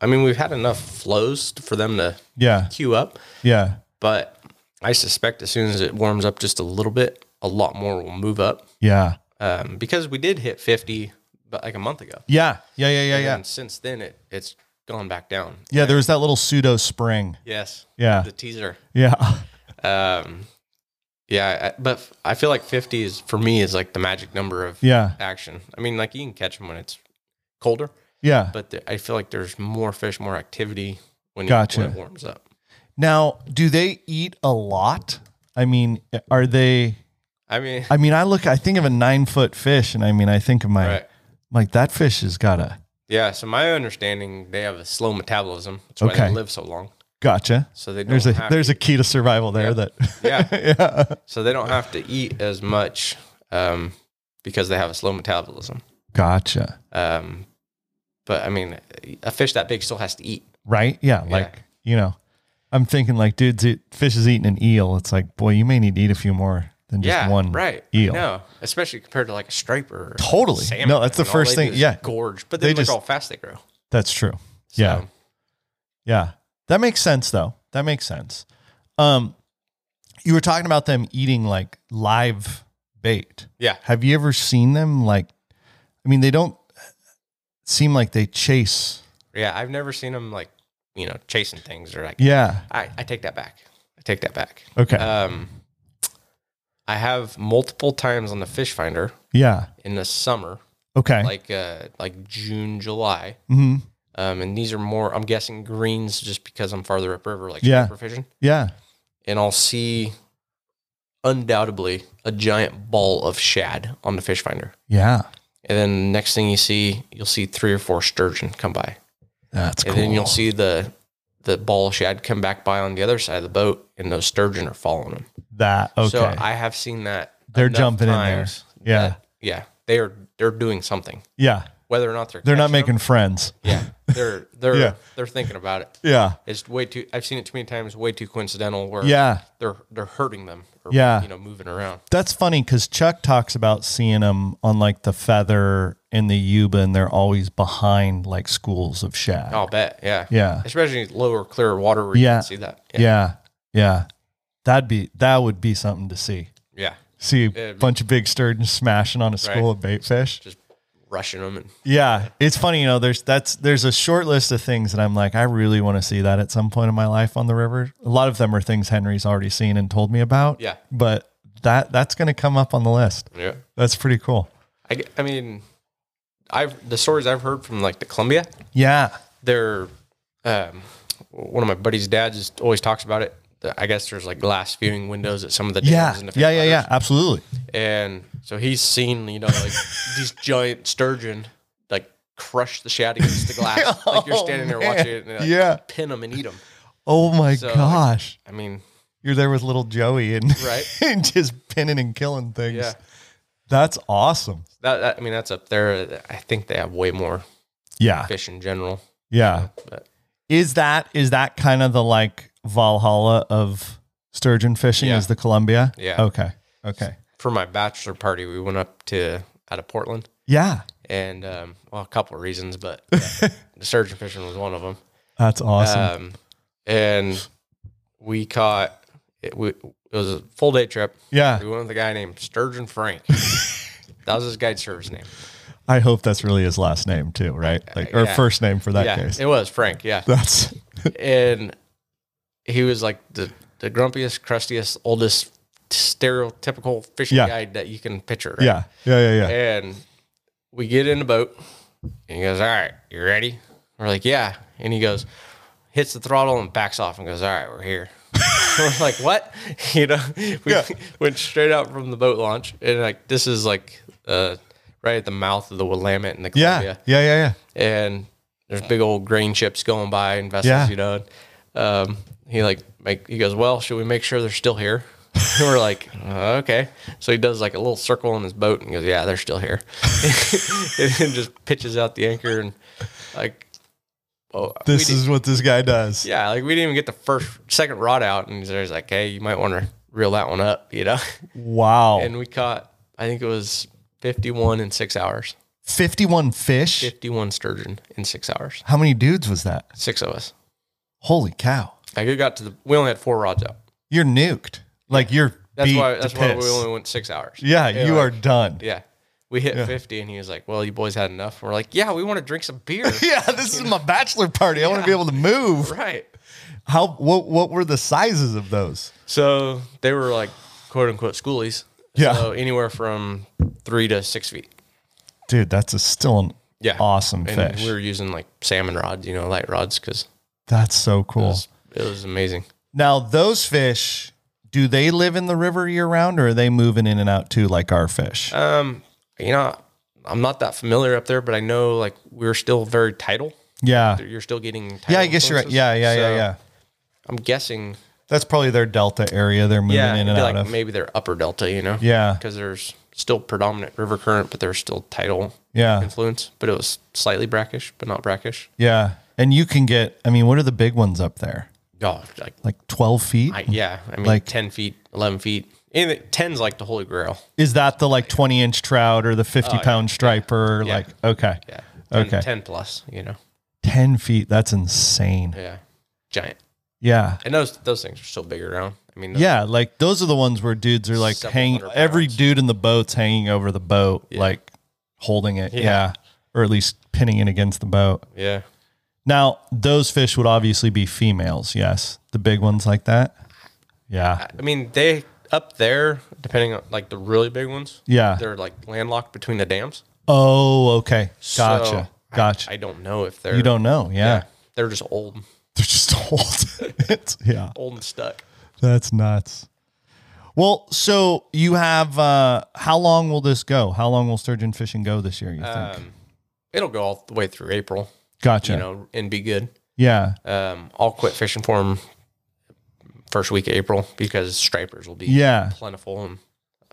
I mean we've had enough flows for them to Yeah. queue up, Yeah. but I suspect as soon as it warms up just a little bit, a lot more will move up. Yeah. Um, because we did hit fifty but like a month ago. Yeah. Yeah. Yeah. Yeah. Yeah. And since then it it's gone back down. Yeah. There was that little pseudo spring. Yes. Yeah. The teaser. Yeah. Um, yeah, I, but f- I feel like 50 is for me is like the magic number of Yeah. action. I mean, like you can catch them when it's colder, Yeah. but the, I feel like there's more fish, more activity when, Gotcha. it, when it warms up. Now, do they eat a lot? I mean, are they? I mean, I mean, I look, I think of a nine foot fish, and I mean, I think of my, right. like, that fish has got a, Yeah. So my understanding, they have a slow metabolism. That's why Okay. they live so long. gotcha. So they don't There's a, have there's a key to survival there Yeah. that, Yeah. yeah. so they don't have to eat as much um, because they have a slow metabolism. Gotcha. Um, but I mean, a fish that big still has to eat. Right? Yeah. Like, you know, I'm thinking, like, dudes, it, fish is eating an eel. It's like, boy, you may need to eat a few more than just yeah, one right eel. No, especially compared to like a striper. Or Totally. salmon. No, that's the I mean, all first they do thing- is yeah. gorge. But They then look just- how fast they grow. That's true. Yeah. So, Yeah. That makes sense though. That makes sense. Um you were talking about them eating like live bait. yeah, Have you ever seen them like I mean they don't seem like they chase. yeah. I've never seen them like you know chasing things or like. Yeah. I I take that back. I take that back. Okay. Um, I have multiple times on the fish finder yeah. in the summer, Okay. like uh like June, July. hmm Um, and these are more. I'm guessing greens, just because I'm farther upriver, like Yeah. striper fishing. Yeah. and I'll see undoubtedly a giant ball of shad on the fish finder. Yeah. And then next thing you see, you'll see three or four sturgeon come by. That's cool. And then you'll see the the ball of shad come back by on the other side of the boat and those sturgeon are following them. that. Okay. So I have seen that. They're enough jumping in there. times Yeah. that- yeah. They are they're doing something. yeah. Whether or not they're They're not catching making friends. them, yeah. They're they're Yeah. they're thinking about it. Yeah. It's way too I've seen it too many times, way too coincidental where Yeah. they're they're hurting them or Yeah. you know, moving around. That's funny because Chuck talks about seeing them on like the feather in the Yuba, and they're always behind like schools of shad. I'll bet. Yeah. Yeah. Especially lower, clearer water where Yeah. you Oh, can see that. Yeah. yeah. That'd be that would be something to see. Yeah. See a It'd be- bunch of big sturgeon smashing on a school Right. of bait fish. Just rushing them. And Yeah. It's funny, you know, there's that's there's a short list of things that I'm like, I really want to see that at some point in my life on the river. A lot of them are things Henry's already seen and told me about. Yeah. But that that's gonna come up on the list. yeah. That's pretty cool. I, get- I mean, I've, the stories I've heard from like the Columbia, Yeah. they're, um, one of my buddies' dads just always talks about it. The- I guess there's like glass viewing windows at some of the dams Yeah. and the fish Yeah, yeah, yeah. ponds. Absolutely. And so he's seen, you know, like these giant sturgeon like crush the shad against the glass. like you're Oh, standing there man. watching it and like, Yeah. pin them and eat them. Oh my So, like- gosh. I mean, You're there with little Joey and, Right. and just pinning and killing things. yeah. That's awesome. That, that I mean, that's up there. I think they have way more Yeah. fish in general. Yeah. But Is that is that kind of the like Valhalla of sturgeon fishing Yeah. is the Columbia? Yeah. Okay. Okay. for my bachelor party, we went up to out of Portland, Yeah. and um, well, a couple of reasons, but uh, the surgeon fishing was one of them. That's awesome. Um, and we caught it, we, it was a full day trip. We yeah. went with a guy named Sturgeon Frank. that was his guide service name. I hope that's really his last name too, right? Like or Uh, yeah. first name for that yeah, case. it was Frank. Yeah, That's and he was like the the grumpiest, crustiest, oldest, stereotypical fishing Yeah. guide that you can picture. right? yeah. Yeah, yeah, yeah. And we get in the boat, and he goes, "All right, you ready?" We're like, "Yeah." And he goes, hits the throttle and backs off and goes, "All right, we're here." we're like, "What?" You know, we Yeah. went straight out from the boat launch, and like this is like uh, right at the mouth of the Willamette and the Yeah. Columbia Yeah, yeah, yeah. and there's big old grain ships going by and vessels, Yeah. you know. And, um, he like make he goes, well, should we make sure they're still here? And we're like, uh, okay. So he does like a little circle in his boat and goes, yeah, they're still here, and then just pitches out the anchor and like, oh, we This did- is what this guy does. yeah, like we didn't even get the first second rod out, and there's like, hey, you might want to reel that one up, you know. Oh. Wow. And we caught, I think it was 51 in six hours, 51 fish. 51 sturgeon in six hours, How many dudes was that? six of us. Holy cow. Like we got to the, we only had four rods out. You're nuked. Like you're That's beat why. to That's why we piss. only went six hours. Yeah, you like- are done. Yeah, we hit fifty, and he was like, "Well, you boys had enough." We're like, "Yeah, we want to drink some beer." Yeah, this is my bachelor party. I want to be able to move. right. How what what were the sizes of those? So they were like quote unquote schoolies. Yeah. So anywhere from three to six feet. Dude, that's a still an Yeah. awesome And fish. we were using like salmon rods, you know, light rods, because that's so it, cool. was- it was amazing. now those fish, do they live in the river year round or are they moving in and out too like our fish? Um, you know, I'm not that familiar up there, but I know like we're still very tidal. yeah. You're still getting. Tidal Yeah, I guess you're right. influences. Yeah, yeah, yeah, So yeah. I'm guessing That's probably their delta area they're moving yeah, in it'd and be out like of. maybe they're upper delta, you know? yeah. Because there's still predominant river current, but there's still tidal Yeah. influence. But it was slightly brackish, but not brackish. Yeah. And you can get I mean, what are the big ones up there? Oh, like Like 12 feet? I, yeah, I mean, Like- ten feet, eleven feet. Anything ten's like the holy grail. Is that the like 20 inch trout or the 50 pound striper? Oh, Yeah. Like, okay. Yeah, 10, Okay. ten plus. You know, 10 feet. That's insane. yeah, giant. Yeah. And those those things are still big around. I mean, those- Yeah. Like those are the ones where dudes are like Several hanging, hundred every pounds. dude in the boat's hanging over the boat, Yeah. like holding it. Yeah. Yeah. Or at least pinning it against the boat. yeah. Now, those fish would obviously be females. Yes. The big ones like that. Yeah. I mean, they up there, depending on like the really big ones. Yeah. they're like landlocked between the dams. Oh, okay. Gotcha. So, I- gotcha. I don't know if they're you don't know. Yeah. they're just old, They're just old. it's, yeah. old and stuck. That's nuts. Well, so you have uh how long will this go? How long will sturgeon fishing go this year, you think? Um, it'll go all the way through April, Gotcha. you know, and be good. yeah. Um, I'll quit fishing for them first week of April because stripers will be Yeah. plentiful and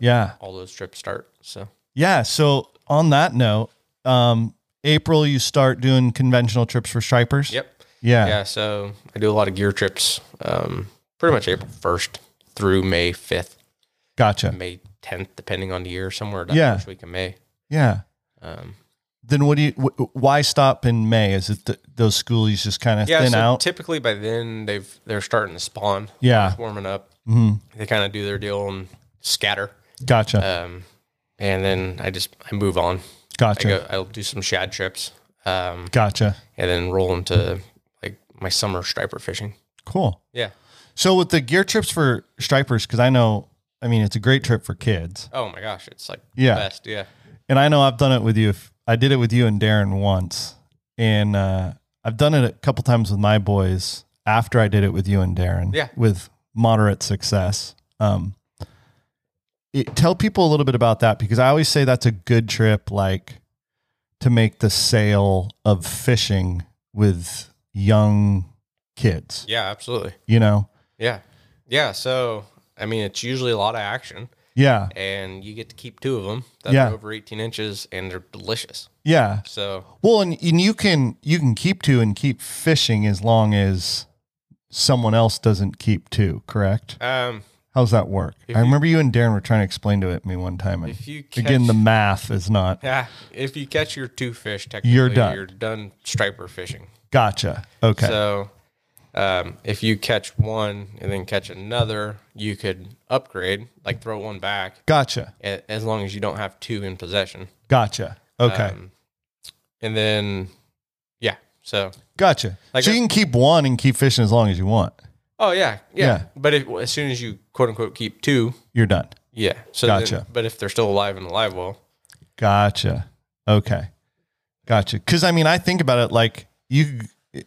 Yeah. all those trips start. So Yeah, so on that note, um April you start doing conventional trips for stripers? yep, Yeah. yeah. So I do a lot of gear trips. Um, pretty much April first through May fifth, Gotcha. May tenth, depending on the year, somewhere that Yeah. first week of May. Yeah. Um, Then what do you wh- why stop in May? Is it th those schoolies just kind of yeah. thin So out? typically by then they've they're starting to spawn, yeah. warming up. hmm They kind of do their deal and scatter. Gotcha. um, and then I just I move on. I gotcha. go, I'll do some shad trips, um, gotcha. and then roll into like my summer striper fishing. Cool. Yeah. So with the gear trips for stripers cuz I know I mean it's a great trip for kids. Oh my gosh, it's like Yeah. the best. Yeah. and I know I've done it with you. If I did it with you and Darren once, and uh, I've done it a couple times with my boys after I did it with you and Darren, Yeah. with moderate success. Um, it, tell people a little bit about that because I always say that's a good trip, like to make the sale of fishing with young kids. Yeah, absolutely. You know, Yeah. Yeah. So I mean, it's usually a lot of action. Yeah. and you get to keep two of them that Yeah. are over 18 inches and they're delicious. Yeah. So Well, and, and you can you can keep two and keep fishing as long as someone else doesn't keep two. Correct? um, How's that work? If I you- remember you and Darren were trying to explain to it me one time, and if you catch, again the math is not. yeah, if you catch your two fish, technically done. You're done striper fishing. Gotcha. Okay. So um, if you catch one and then catch another, you could upgrade, like throw one back, gotcha. a- as long as you don't have two in possession. Gotcha. Okay. Um, and then, yeah. So, gotcha. like so you I- can keep one and keep fishing as long as you want. oh yeah, yeah. Yeah. But if, as soon as you quote unquote keep two, You're done. yeah. So then- Gotcha. but if they're still alive in the live well, Gotcha. Okay. Gotcha. Because I mean, I think about it like you.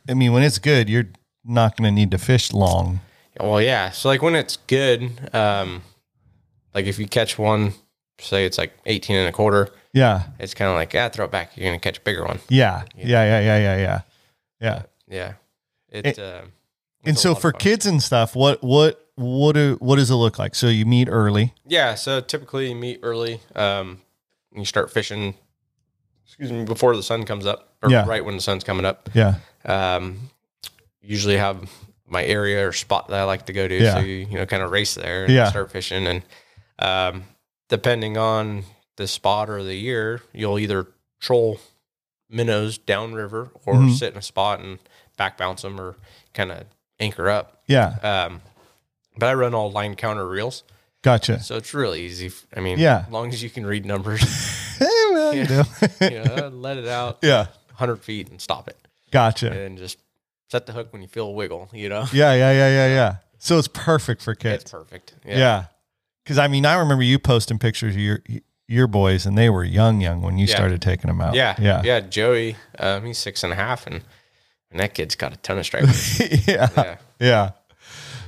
I mean, when it's good, you're not going to need to fish long. well, yeah. So like when it's good, um, like if you catch one, say it's like eighteen and a quarter, Yeah. it's kind of like ah, throw it back. You're gonna catch a bigger one. Yeah. Yeah. Yeah. Yeah. Yeah. Yeah. Yeah. Yeah. It, And- uh, it's And a so lot of for fun. kids and stuff, what what what do what does it look like? So you meet early. yeah. So typically you meet early. Um, and you start fishing. Excuse me, before the sun comes up, or Yeah. right when the sun's coming up. Yeah. Um, usually have my area or spot that I like to go to. Yeah. So you, you know, kind of race there and Yeah. start fishing. And um, depending on the spot or the year, you'll either troll minnows downriver or Mhm. sit in a spot and back bounce them or kind of anchor up. Yeah. Um, but I run all line counter reels, Gotcha. so it's really easy. f- I mean, Yeah. as long as you can read numbers, Hey, well, you Yeah. know. you know, let it out yeah. 100 feet and stop it, and Gotcha. then just set the hook when you feel a wiggle. You know, Yeah. Yeah. Yeah. Yeah. Yeah. So it's perfect for kids. it's perfect. Yeah. Because I mean, I remember you posting pictures of your your boys, and they were young, young when you Yeah. started taking them out. yeah, Yeah. yeah. Joey, um, he's six and a half, and and that kid's got a ton of stripes. yeah. yeah, Yeah.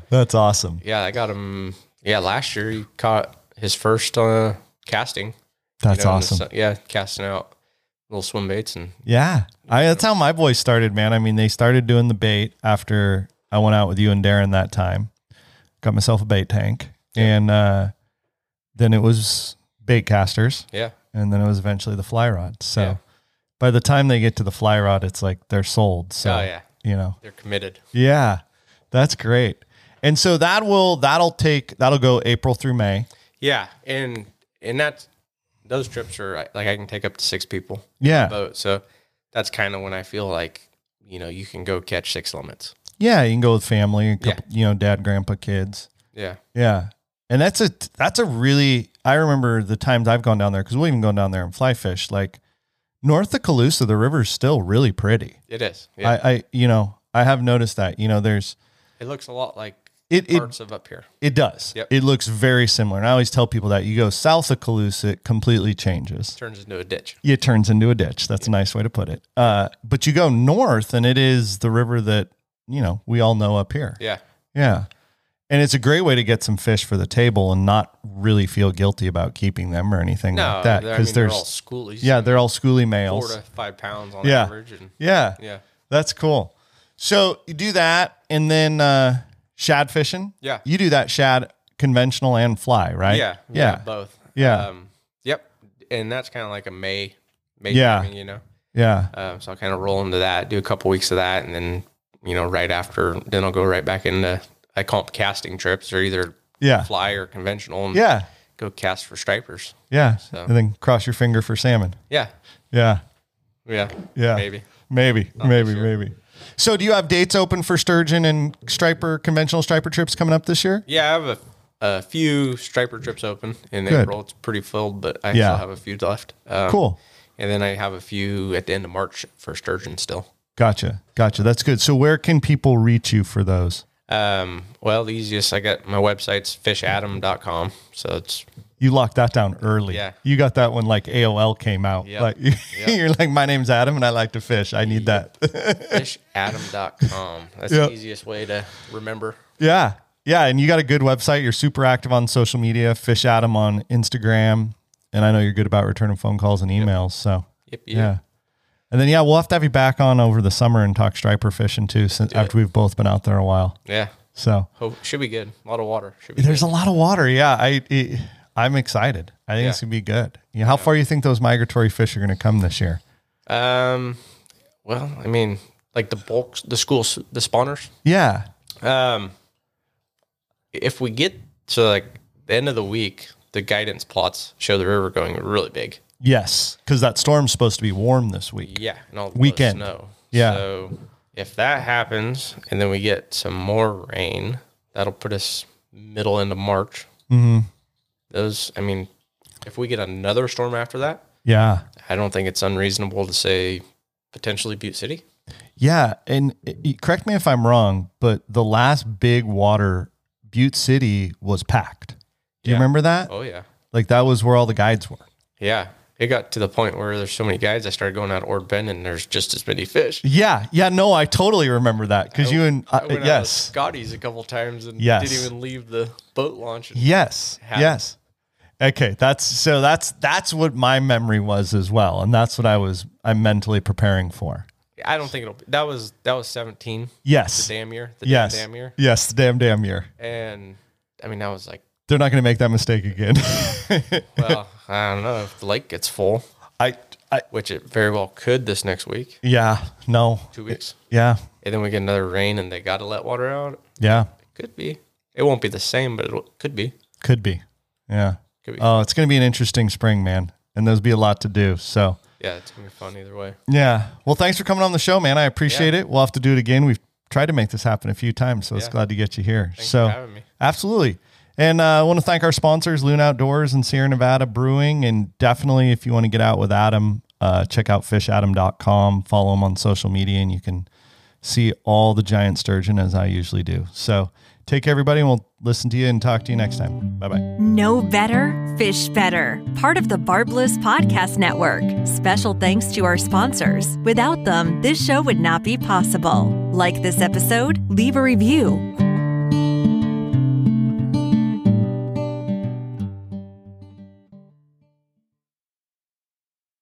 That's awesome. yeah. I got him. Yeah, last year he caught his first uh, casting. you That's know, in the awesome. sun- yeah, casting out little swim baits and Yeah. I, that's how my boys started, man. I mean, they started doing the bait after I went out with you and Darren that time. Got myself a bait tank. And uh, then it was bait casters. yeah, And then it was eventually the fly rod. So Yeah. by the time they get to the fly rod, it's like they're sold. So, oh yeah, you know, they're committed. yeah, that's great. And so that will, that'll take, that'll go April through May. Yeah, and and that's those trips are like I can take up to six people Yeah. boat, so that's kind of when I feel like you know you can go catch six limits. Yeah. You can go with family, a couple, you know, dad, grandpa, kids. Yeah, Yeah. And that's a that's a really I remember the times I've gone down there because we've even gone down there and fly fish. Like north of Calusa, the river's still really pretty. it is. Yeah, I, I you know, I have noticed that. You know, there's it looks a lot like it it, parts of up here. it does. Yep. It looks very similar. And I always tell people that you go south of Calusa, it completely changes. Turns into a ditch. It turns into a ditch. That's a nice way to put it. Uh, but you go north and it is the river that, you know, we all know up here. Yeah, Yeah. And it's a great way to get some fish for the table and not really feel guilty about keeping them or anything no, like that. they're- I Because mean, they're there's, all schoolies. yeah, they're all schooly four males. to five pounds on Yeah. average, and Yeah, yeah, that's cool. So you do that and then uh, shad fishing. Yeah. You do that shad conventional and fly, right? yeah, Yeah. Yeah. both. Yeah. Um, yep, and that's kind of like a May, May Yeah. timing, you know. Yeah. Um, so I'll kind of roll into that, do a couple weeks of that, and then you know, right after, then I'll go right back into I call them casting trips, or either Yeah. fly or conventional, and Yeah. go cast for stripers. Yeah. So- And then cross your finger for salmon. Yeah, Yeah. yeah, Yeah. maybe. Maybe. this maybe. year. Maybe. So do you have dates open for sturgeon and striper, conventional striper trips coming up this year? Yeah, I have a, a few striper trips open in Good. April. It's pretty filled, but I Yeah. still have a few left. Um, Cool. And then I have a few at the end of March for sturgeon still. Gotcha. Gotcha. That's good. So where can people reach you for those? Um, well, the easiest I got my website's fishadam.com. So it's You locked that down early. Yeah. You got that when like AOL came out. Yep. Like you're like, my name's Adam and I like to fish. I need that. fishadam.com. That's Yep. the easiest way to remember. yeah. Yeah. And you got a good website. You're super active on social media, fish Adam on Instagram. And I know you're good about returning phone calls and emails. So Yep. yeah. And then yeah, we'll have to have you back on over the summer and talk striper fishing too, since after we've both been out there a while. Yeah. So Hope, should be good. A lot of water. Should be there's good. a lot of water. Yeah, I it, I'm excited. I think Yeah. it's gonna be good. You know, how far you think those migratory fish are gonna come this year? Um, well, I mean, like the bulks, the schools, the spawners. Yeah, Um, if we get to like the end of the week, the guidance plots show the river going really big. yes, because that storm's supposed to be warm this week. Yeah, and all the Weekend. snow. Yeah. So if that happens, and then we get some more rain, that'll put us middle into March. Mm-hmm. Those, I mean, if we get another storm after that, Yeah, I don't think it's unreasonable to say potentially Butte City. yeah. And it- it- correct me if I'm wrong, but the last big water, Butte City was packed. Do you Yeah. remember that? Oh yeah, Like that was where all the guides were. yeah. It got to the point where there's so many guides. I started going out to Ord Bend, and there's just as many fish. Yeah, yeah. No, I totally remember that because you and I, I went out to yes, Scotty's a couple times and Yes. didn't even leave the boat launch. And Yes. Had- Yes. Okay, that's so that's that's what my memory was as well, and that's what I was I'm mentally preparing for. I don't think it'll. That was that was 17. Yes. The damn year. The yes. damn year. Yes, the damn damn year. And I mean, I was like, They're not going to make that mistake again. well, I don't know if the lake gets full, I I which it very well could this next week, yeah, no. two weeks, Yeah. and then we get another rain, and they got to let water out. Yeah. Could be. It won't be the same, but it could be. Could be. Yeah. Could be. Oh, it's going to be an interesting spring, man. And there's be a lot to do. So, yeah, it's gonna be fun either way. yeah. Well, thanks for coming on the show, man. I appreciate it. We'll have to do it again. We've tried to make this happen a few times, so it's Yeah. glad to get you here. Thanks so, for having me. Absolutely. And uh, I want to thank our sponsors, Loon Outdoors and Sierra Nevada Brewing. And definitely, if you want to get out with Adam, uh, check out fishadam.com. Follow him on social media, and you can see all the giant sturgeon as I usually do. So take care, everybody, and we'll listen to you and talk to you next time. Bye bye. Know better, fish better. Part of the Barbless Podcast Network. Special thanks to our sponsors. Without them, this show would not be possible. Like this episode, leave a review,